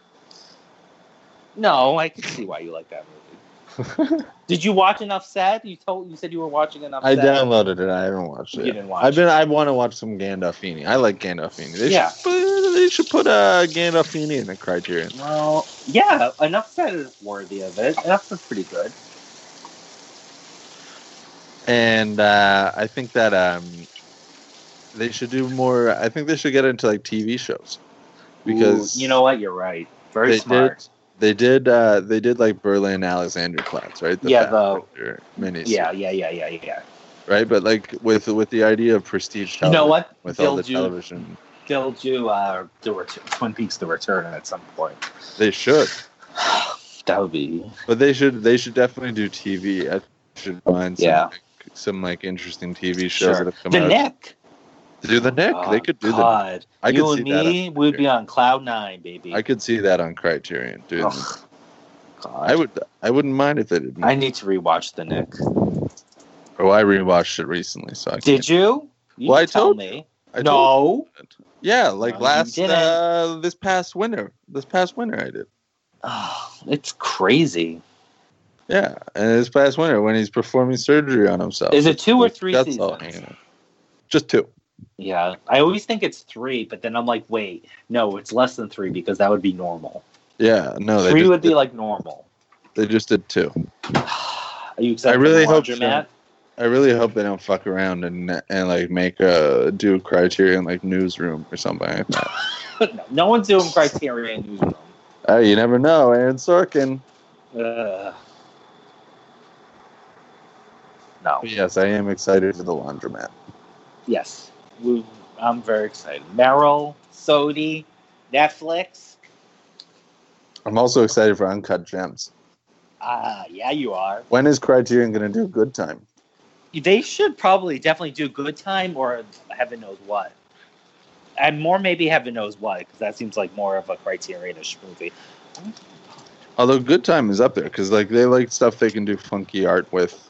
Speaker 4: No, I can see why you like that movie. Did you watch enough sad? You told you said you were watching enough.
Speaker 3: I
Speaker 4: sad.
Speaker 3: downloaded it. I haven't watched
Speaker 4: You
Speaker 3: it. yet.
Speaker 4: didn't watch
Speaker 3: I've been. I want to watch some Gandolfini. I like Gandolfini. They
Speaker 4: Yeah.
Speaker 3: Should put, they should put uh, Gandolfini in the criterion.
Speaker 4: Well, yeah, enough that is worthy of it. Enough is pretty good.
Speaker 3: and uh, I think that um, they should do more. I think they should get into like TV shows because
Speaker 4: Ooh, you know what, you're right. Very
Speaker 3: they
Speaker 4: smart.
Speaker 3: did they did uh, they did like Berlin Alexander class, right?
Speaker 4: Yeah,
Speaker 3: the mini
Speaker 4: Yeah, yeah, yeah, yeah, yeah.
Speaker 3: right. But like with with the idea of prestige,
Speaker 4: You
Speaker 3: television,
Speaker 4: know what?
Speaker 3: With all
Speaker 4: They'll
Speaker 3: the
Speaker 4: do,
Speaker 3: television,
Speaker 4: they'll do uh, the ret- Twin Peaks: The Return at some point.
Speaker 3: they should,
Speaker 4: That would be
Speaker 3: but they should they should definitely do TV. I should find some,
Speaker 4: Yeah.
Speaker 3: like, some like interesting TV shows
Speaker 4: Sure.
Speaker 3: that have come
Speaker 4: the
Speaker 3: out.
Speaker 4: Nick.
Speaker 3: Do the Nick? they
Speaker 4: Oh,
Speaker 3: could do the.
Speaker 4: God.
Speaker 3: I could
Speaker 4: you
Speaker 3: see
Speaker 4: and
Speaker 3: that.
Speaker 4: me would be on cloud nine, baby.
Speaker 3: I could see that on Criterion. Dude,
Speaker 4: Ugh, God.
Speaker 3: I would. I wouldn't mind if they did.
Speaker 4: I need to rewatch the Nick.
Speaker 3: Oh, I rewatched it recently, so I
Speaker 4: Did you? you
Speaker 3: Well,
Speaker 4: didn't
Speaker 3: I
Speaker 4: tell
Speaker 3: told
Speaker 4: me.
Speaker 3: I
Speaker 4: no.
Speaker 3: told- yeah, like
Speaker 4: No, you
Speaker 3: last
Speaker 4: didn't.
Speaker 3: uh, this past winter. This past winter, I did.
Speaker 4: Ugh, it's crazy.
Speaker 3: Yeah, and this past winter when he's performing surgery on himself.
Speaker 4: Is it two or three
Speaker 3: Oh, That's all
Speaker 4: seasons?
Speaker 3: hanging out. Just two.
Speaker 4: Yeah, I always think it's three, but then I'm like, wait, no, it's less than three because that would be normal.
Speaker 3: Yeah, no, they
Speaker 4: three
Speaker 3: just,
Speaker 4: would be
Speaker 3: did,
Speaker 4: like normal.
Speaker 3: they just did two.
Speaker 4: Are you excited?
Speaker 3: I really hope I really hope they don't fuck around and and like make a do Criterion like newsroom or something like that.
Speaker 4: no, no one's doing Criterion Newsroom.
Speaker 3: Oh, you never know, Aaron Sorkin.
Speaker 4: Ugh. No.
Speaker 3: But Oh, yes, I am excited for the laundromat.
Speaker 4: Yes, we, I'm very excited. Meryl, Sodi, Netflix.
Speaker 3: I'm also excited for Uncut Gems.
Speaker 4: Ah, yeah, you are.
Speaker 3: When is Criterion going to do Good Time?
Speaker 4: They should probably definitely do Good Time or Heaven Knows What. And more maybe Heaven Knows What, because that seems like more of a criterionish movie.
Speaker 3: Although Good Time is up there because like they like stuff they can do funky art with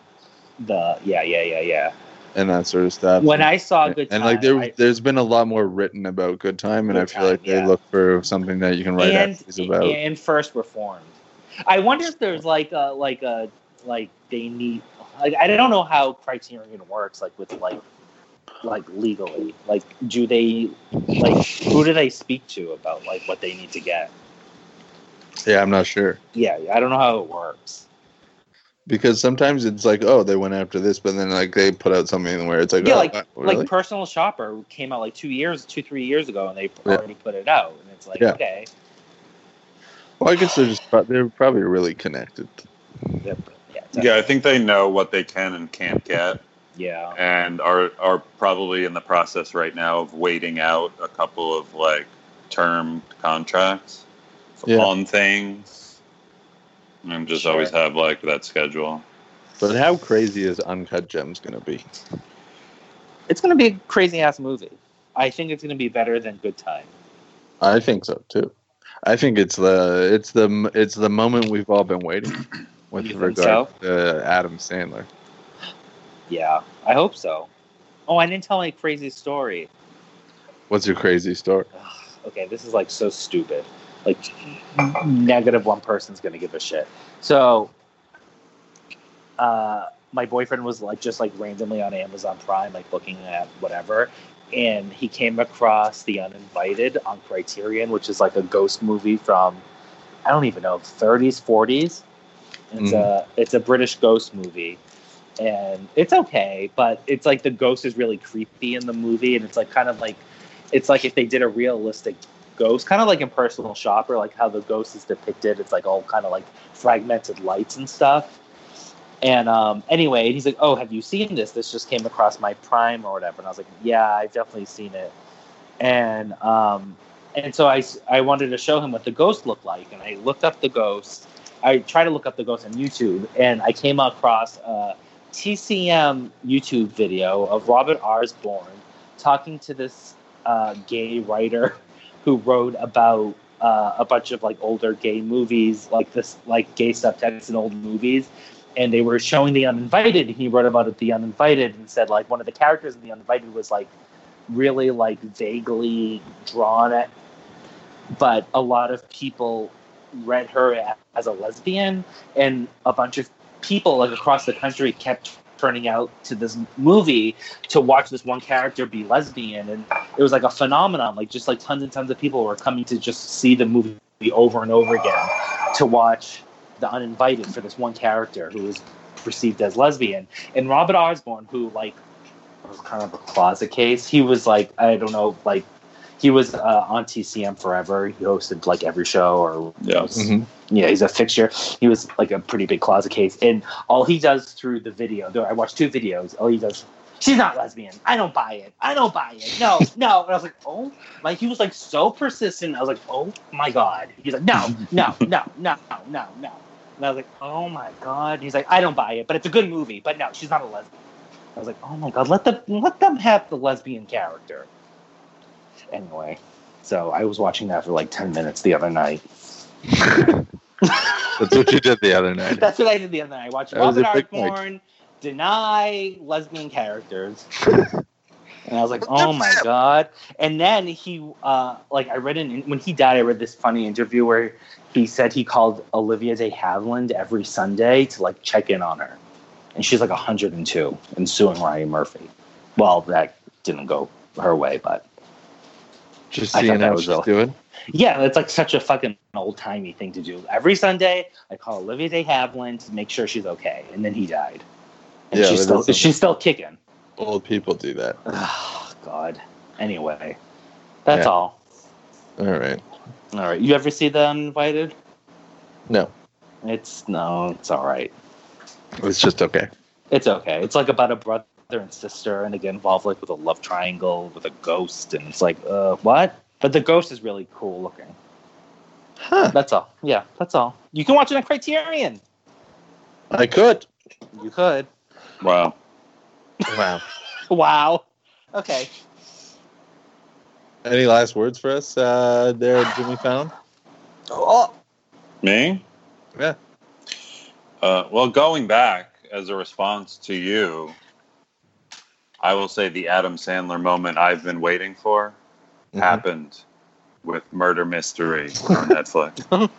Speaker 4: The yeah, yeah, yeah, yeah.
Speaker 3: and that sort of stuff.
Speaker 4: When I saw
Speaker 3: and,
Speaker 4: Good Time,
Speaker 3: and, like there,
Speaker 4: I-
Speaker 3: there's been a lot more written about Good Time, and
Speaker 4: Good
Speaker 3: I feel
Speaker 4: Time,
Speaker 3: like they
Speaker 4: yeah.
Speaker 3: look for something that you can write
Speaker 4: and
Speaker 3: essays about.
Speaker 4: and First Reformed, I wonder if there's like a like a like they need. Like, I don't know how Criterion works, like with like like legally, like do they like who do they speak to about like what they need to get?
Speaker 3: Yeah, I'm not sure
Speaker 4: Yeah, I don't know how it works.
Speaker 3: because sometimes it's like oh they went after this, but then like they put out something where it's like
Speaker 4: Yeah,
Speaker 3: oh,
Speaker 4: like-
Speaker 3: uh, really?
Speaker 4: Like Personal Shopper came out like two years, two three years ago, and they
Speaker 3: Yeah.
Speaker 4: already put it out, and it's like
Speaker 3: Yeah.
Speaker 4: okay,
Speaker 3: well I guess they're just pro- they're probably really connected.
Speaker 4: yeah, yeah,
Speaker 1: Yeah, I think they know what they can and can't get,
Speaker 4: yeah.
Speaker 1: and are are probably in the process right now of waiting out a couple of like term contracts
Speaker 3: Yeah.
Speaker 1: on things, and just
Speaker 4: Sure.
Speaker 1: always have like that schedule.
Speaker 3: But how crazy is Uncut Gems going to be?
Speaker 4: It's going to be a crazy ass movie. I think it's going to be better than Good Time.
Speaker 3: I think so too. I think it's the it's the it's the moment we've all been waiting with
Speaker 4: You think
Speaker 3: regard to Adam Sandler.
Speaker 4: Yeah, I hope so. Oh, I didn't tell my crazy story.
Speaker 3: What's your crazy story?
Speaker 4: Ugh, okay, this is like so stupid. Like negative one person's gonna give a shit. So uh my boyfriend was like just like randomly on Amazon Prime, like looking at whatever, and he came across The Uninvited on Criterion, which is like a ghost movie from I don't even know, thirties, forties. It's a it's a British ghost movie. And it's okay, but it's like the ghost is really creepy in the movie and it's like kind of like it's like if they did a realistic ghost, kind of like in Personal Shopper, like how the ghost is depicted. It's like all kind of like fragmented lights and stuff. And um, anyway, he's like, "Oh, have you seen this? This just came across my Prime or whatever." And I was like, "Yeah, I've definitely seen it." And um, and so I s- I wanted to show him what the ghost looked like, and I looked up the ghost. I tried to look up the ghost on YouTube, and I came across a TCM YouTube video of Robert Arsborn talking to this uh, gay writer who wrote about uh, a bunch of like older gay movies, like this, like gay subtext in old movies. And they were showing The Uninvited. He wrote about it, The Uninvited, and said like one of the characters in The Uninvited was like really like vaguely drawn at, but a lot of people read her a- as a lesbian, and a bunch of people like across the country kept turning out to this movie to watch this one character be lesbian and it was like a phenomenon. Like just like tons and tons of people were coming to just see the movie over and over again to watch the uninvited for this one character who was perceived as lesbian. And Robert Osborne, who like was kind of a closet case, he was like I don't know, like he was uh, on TCM forever. He hosted like every show or
Speaker 1: Yeah.
Speaker 4: was-
Speaker 3: Mhm.
Speaker 4: yeah, he's a fixture. He was like a pretty big closet case, and all he does through the video. Though I watched two videos. All he does. She's not lesbian. I don't buy it. I don't buy it. No, no. And I was like, oh, like he was like so persistent. I was like, oh my god. He's like, no, no, no, no, no, no. And I was like, oh my god. He's like, I don't buy it, but it's a good movie. But no, she's not a lesbian. I was like, oh my god. Let the let them have the lesbian character. Anyway, so I was watching that for like ten minutes the other night.
Speaker 3: That's what you did the other night.
Speaker 4: That's what I did the other night. I watched
Speaker 3: That was
Speaker 4: Robert
Speaker 3: a big point.
Speaker 4: Osborne deny lesbian characters. and I was like, oh my god. And then he, uh, like, I read an, when he died, I read this funny interview where he said he called Olivia de Havilland every Sunday to, like, check in on her. And she's like 102 and suing Ryan Murphy. Well, that didn't go her way, but
Speaker 3: Just
Speaker 4: I thought
Speaker 3: seeing
Speaker 4: that
Speaker 3: how
Speaker 4: was
Speaker 3: she's
Speaker 4: really-
Speaker 3: doing.
Speaker 4: yeah, it's like such a fucking old timey thing to do. Every Sunday, I call Olivia De Havilland to make sure she's okay, and then he died. And
Speaker 3: Yeah,
Speaker 4: she's
Speaker 3: that
Speaker 4: still
Speaker 3: is
Speaker 4: she's still kicking.
Speaker 3: Old people do that.
Speaker 4: Oh, God. Anyway, that's
Speaker 3: Yeah.
Speaker 4: all.
Speaker 3: All right.
Speaker 4: All right. You ever see The Uninvited?
Speaker 3: No,
Speaker 4: It's no, it's all right.
Speaker 3: it's just okay.
Speaker 4: It's okay. It's like about a brother and sister, and again involved like with a love triangle with a ghost, and it's like, uh, what? But the ghost is really cool looking.
Speaker 3: Huh.
Speaker 4: That's all. Yeah, that's all. You can watch it on Criterion.
Speaker 3: I could.
Speaker 4: You could.
Speaker 1: Wow.
Speaker 3: Wow.
Speaker 4: Wow. Okay.
Speaker 3: Any last words for us uh, there, Jimmy Fallon?
Speaker 4: Oh,
Speaker 1: Me?
Speaker 3: Yeah.
Speaker 1: Uh, well, going back as a response to you, I will say the Adam Sandler moment I've been waiting for
Speaker 3: Mm-hmm.
Speaker 1: happened with Murder Mystery on Netflix.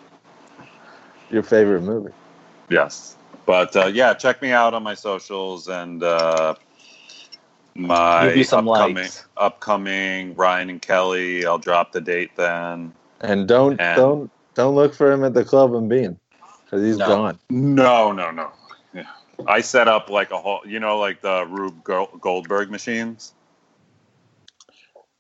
Speaker 3: Your favorite movie?
Speaker 1: Yes. But uh, yeah, check me out on my socials and uh, my
Speaker 4: Give you some
Speaker 1: upcoming,
Speaker 4: likes.
Speaker 1: upcoming Ryan and Kelly. I'll drop the date then.
Speaker 3: And don't
Speaker 1: And-
Speaker 3: don't don't look for him at the club and bean because he's
Speaker 1: No.
Speaker 3: gone.
Speaker 1: No, no, no. Yeah. I set up like a whole, you know, like the Rube Gol- Goldberg machines.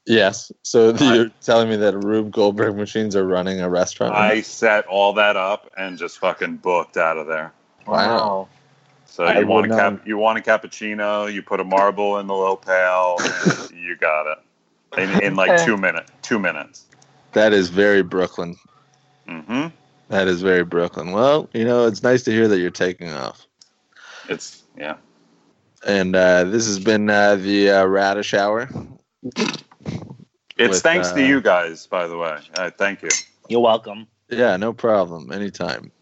Speaker 3: Yes. So
Speaker 1: I-
Speaker 3: you're telling me that Rube Goldberg machines are running a
Speaker 4: Uh-huh.
Speaker 3: restaurant?
Speaker 1: I set all that up and just fucking booked out of there.
Speaker 3: Wow.
Speaker 1: So
Speaker 3: I
Speaker 1: you want a
Speaker 4: um,
Speaker 3: would
Speaker 1: cap-
Speaker 3: not-
Speaker 1: you want a cappuccino, you put a marble in the low pail, and you got it in, in like two minutes. Two minutes.
Speaker 3: that is very Brooklyn.
Speaker 1: hmm
Speaker 3: That is very Brooklyn. Well, you know, it's nice to hear that you're taking off.
Speaker 1: It's yeah.
Speaker 3: And uh, this has been uh, the uh, Radish Hour.
Speaker 1: It's
Speaker 3: With,
Speaker 1: thanks
Speaker 3: uh,
Speaker 1: to you guys, by the way. Uh, thank you.
Speaker 4: You're welcome.
Speaker 3: Yeah, no problem. Anytime.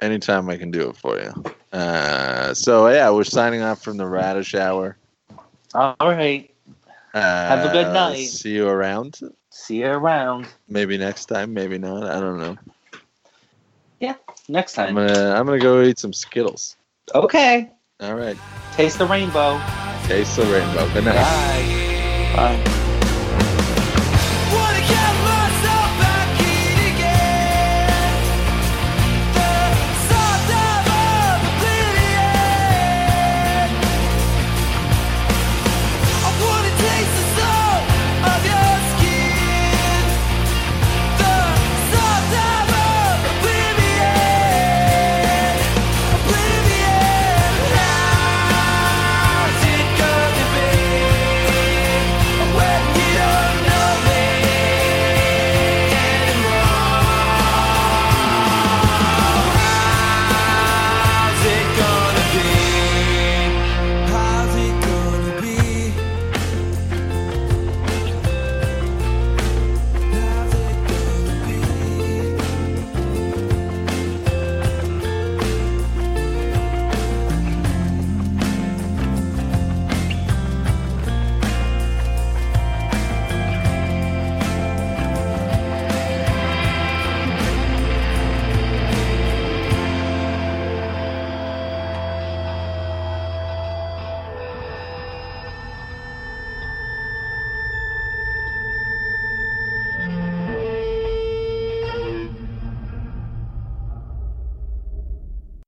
Speaker 3: Anytime I can do it for you. Uh, so, yeah, we're signing off from the Radish Hour.
Speaker 4: All right.
Speaker 3: Uh,
Speaker 4: Have a good night.
Speaker 3: See you around.
Speaker 4: See you around
Speaker 3: Maybe next time, maybe not. I don't know.
Speaker 4: next
Speaker 3: I'm
Speaker 4: time.
Speaker 3: gonna I'm gonna go eat some Skittles.
Speaker 4: Okay.
Speaker 3: All right,
Speaker 4: Taste the rainbow.
Speaker 3: taste the rainbow. Good night.
Speaker 4: Bye.
Speaker 5: Bye.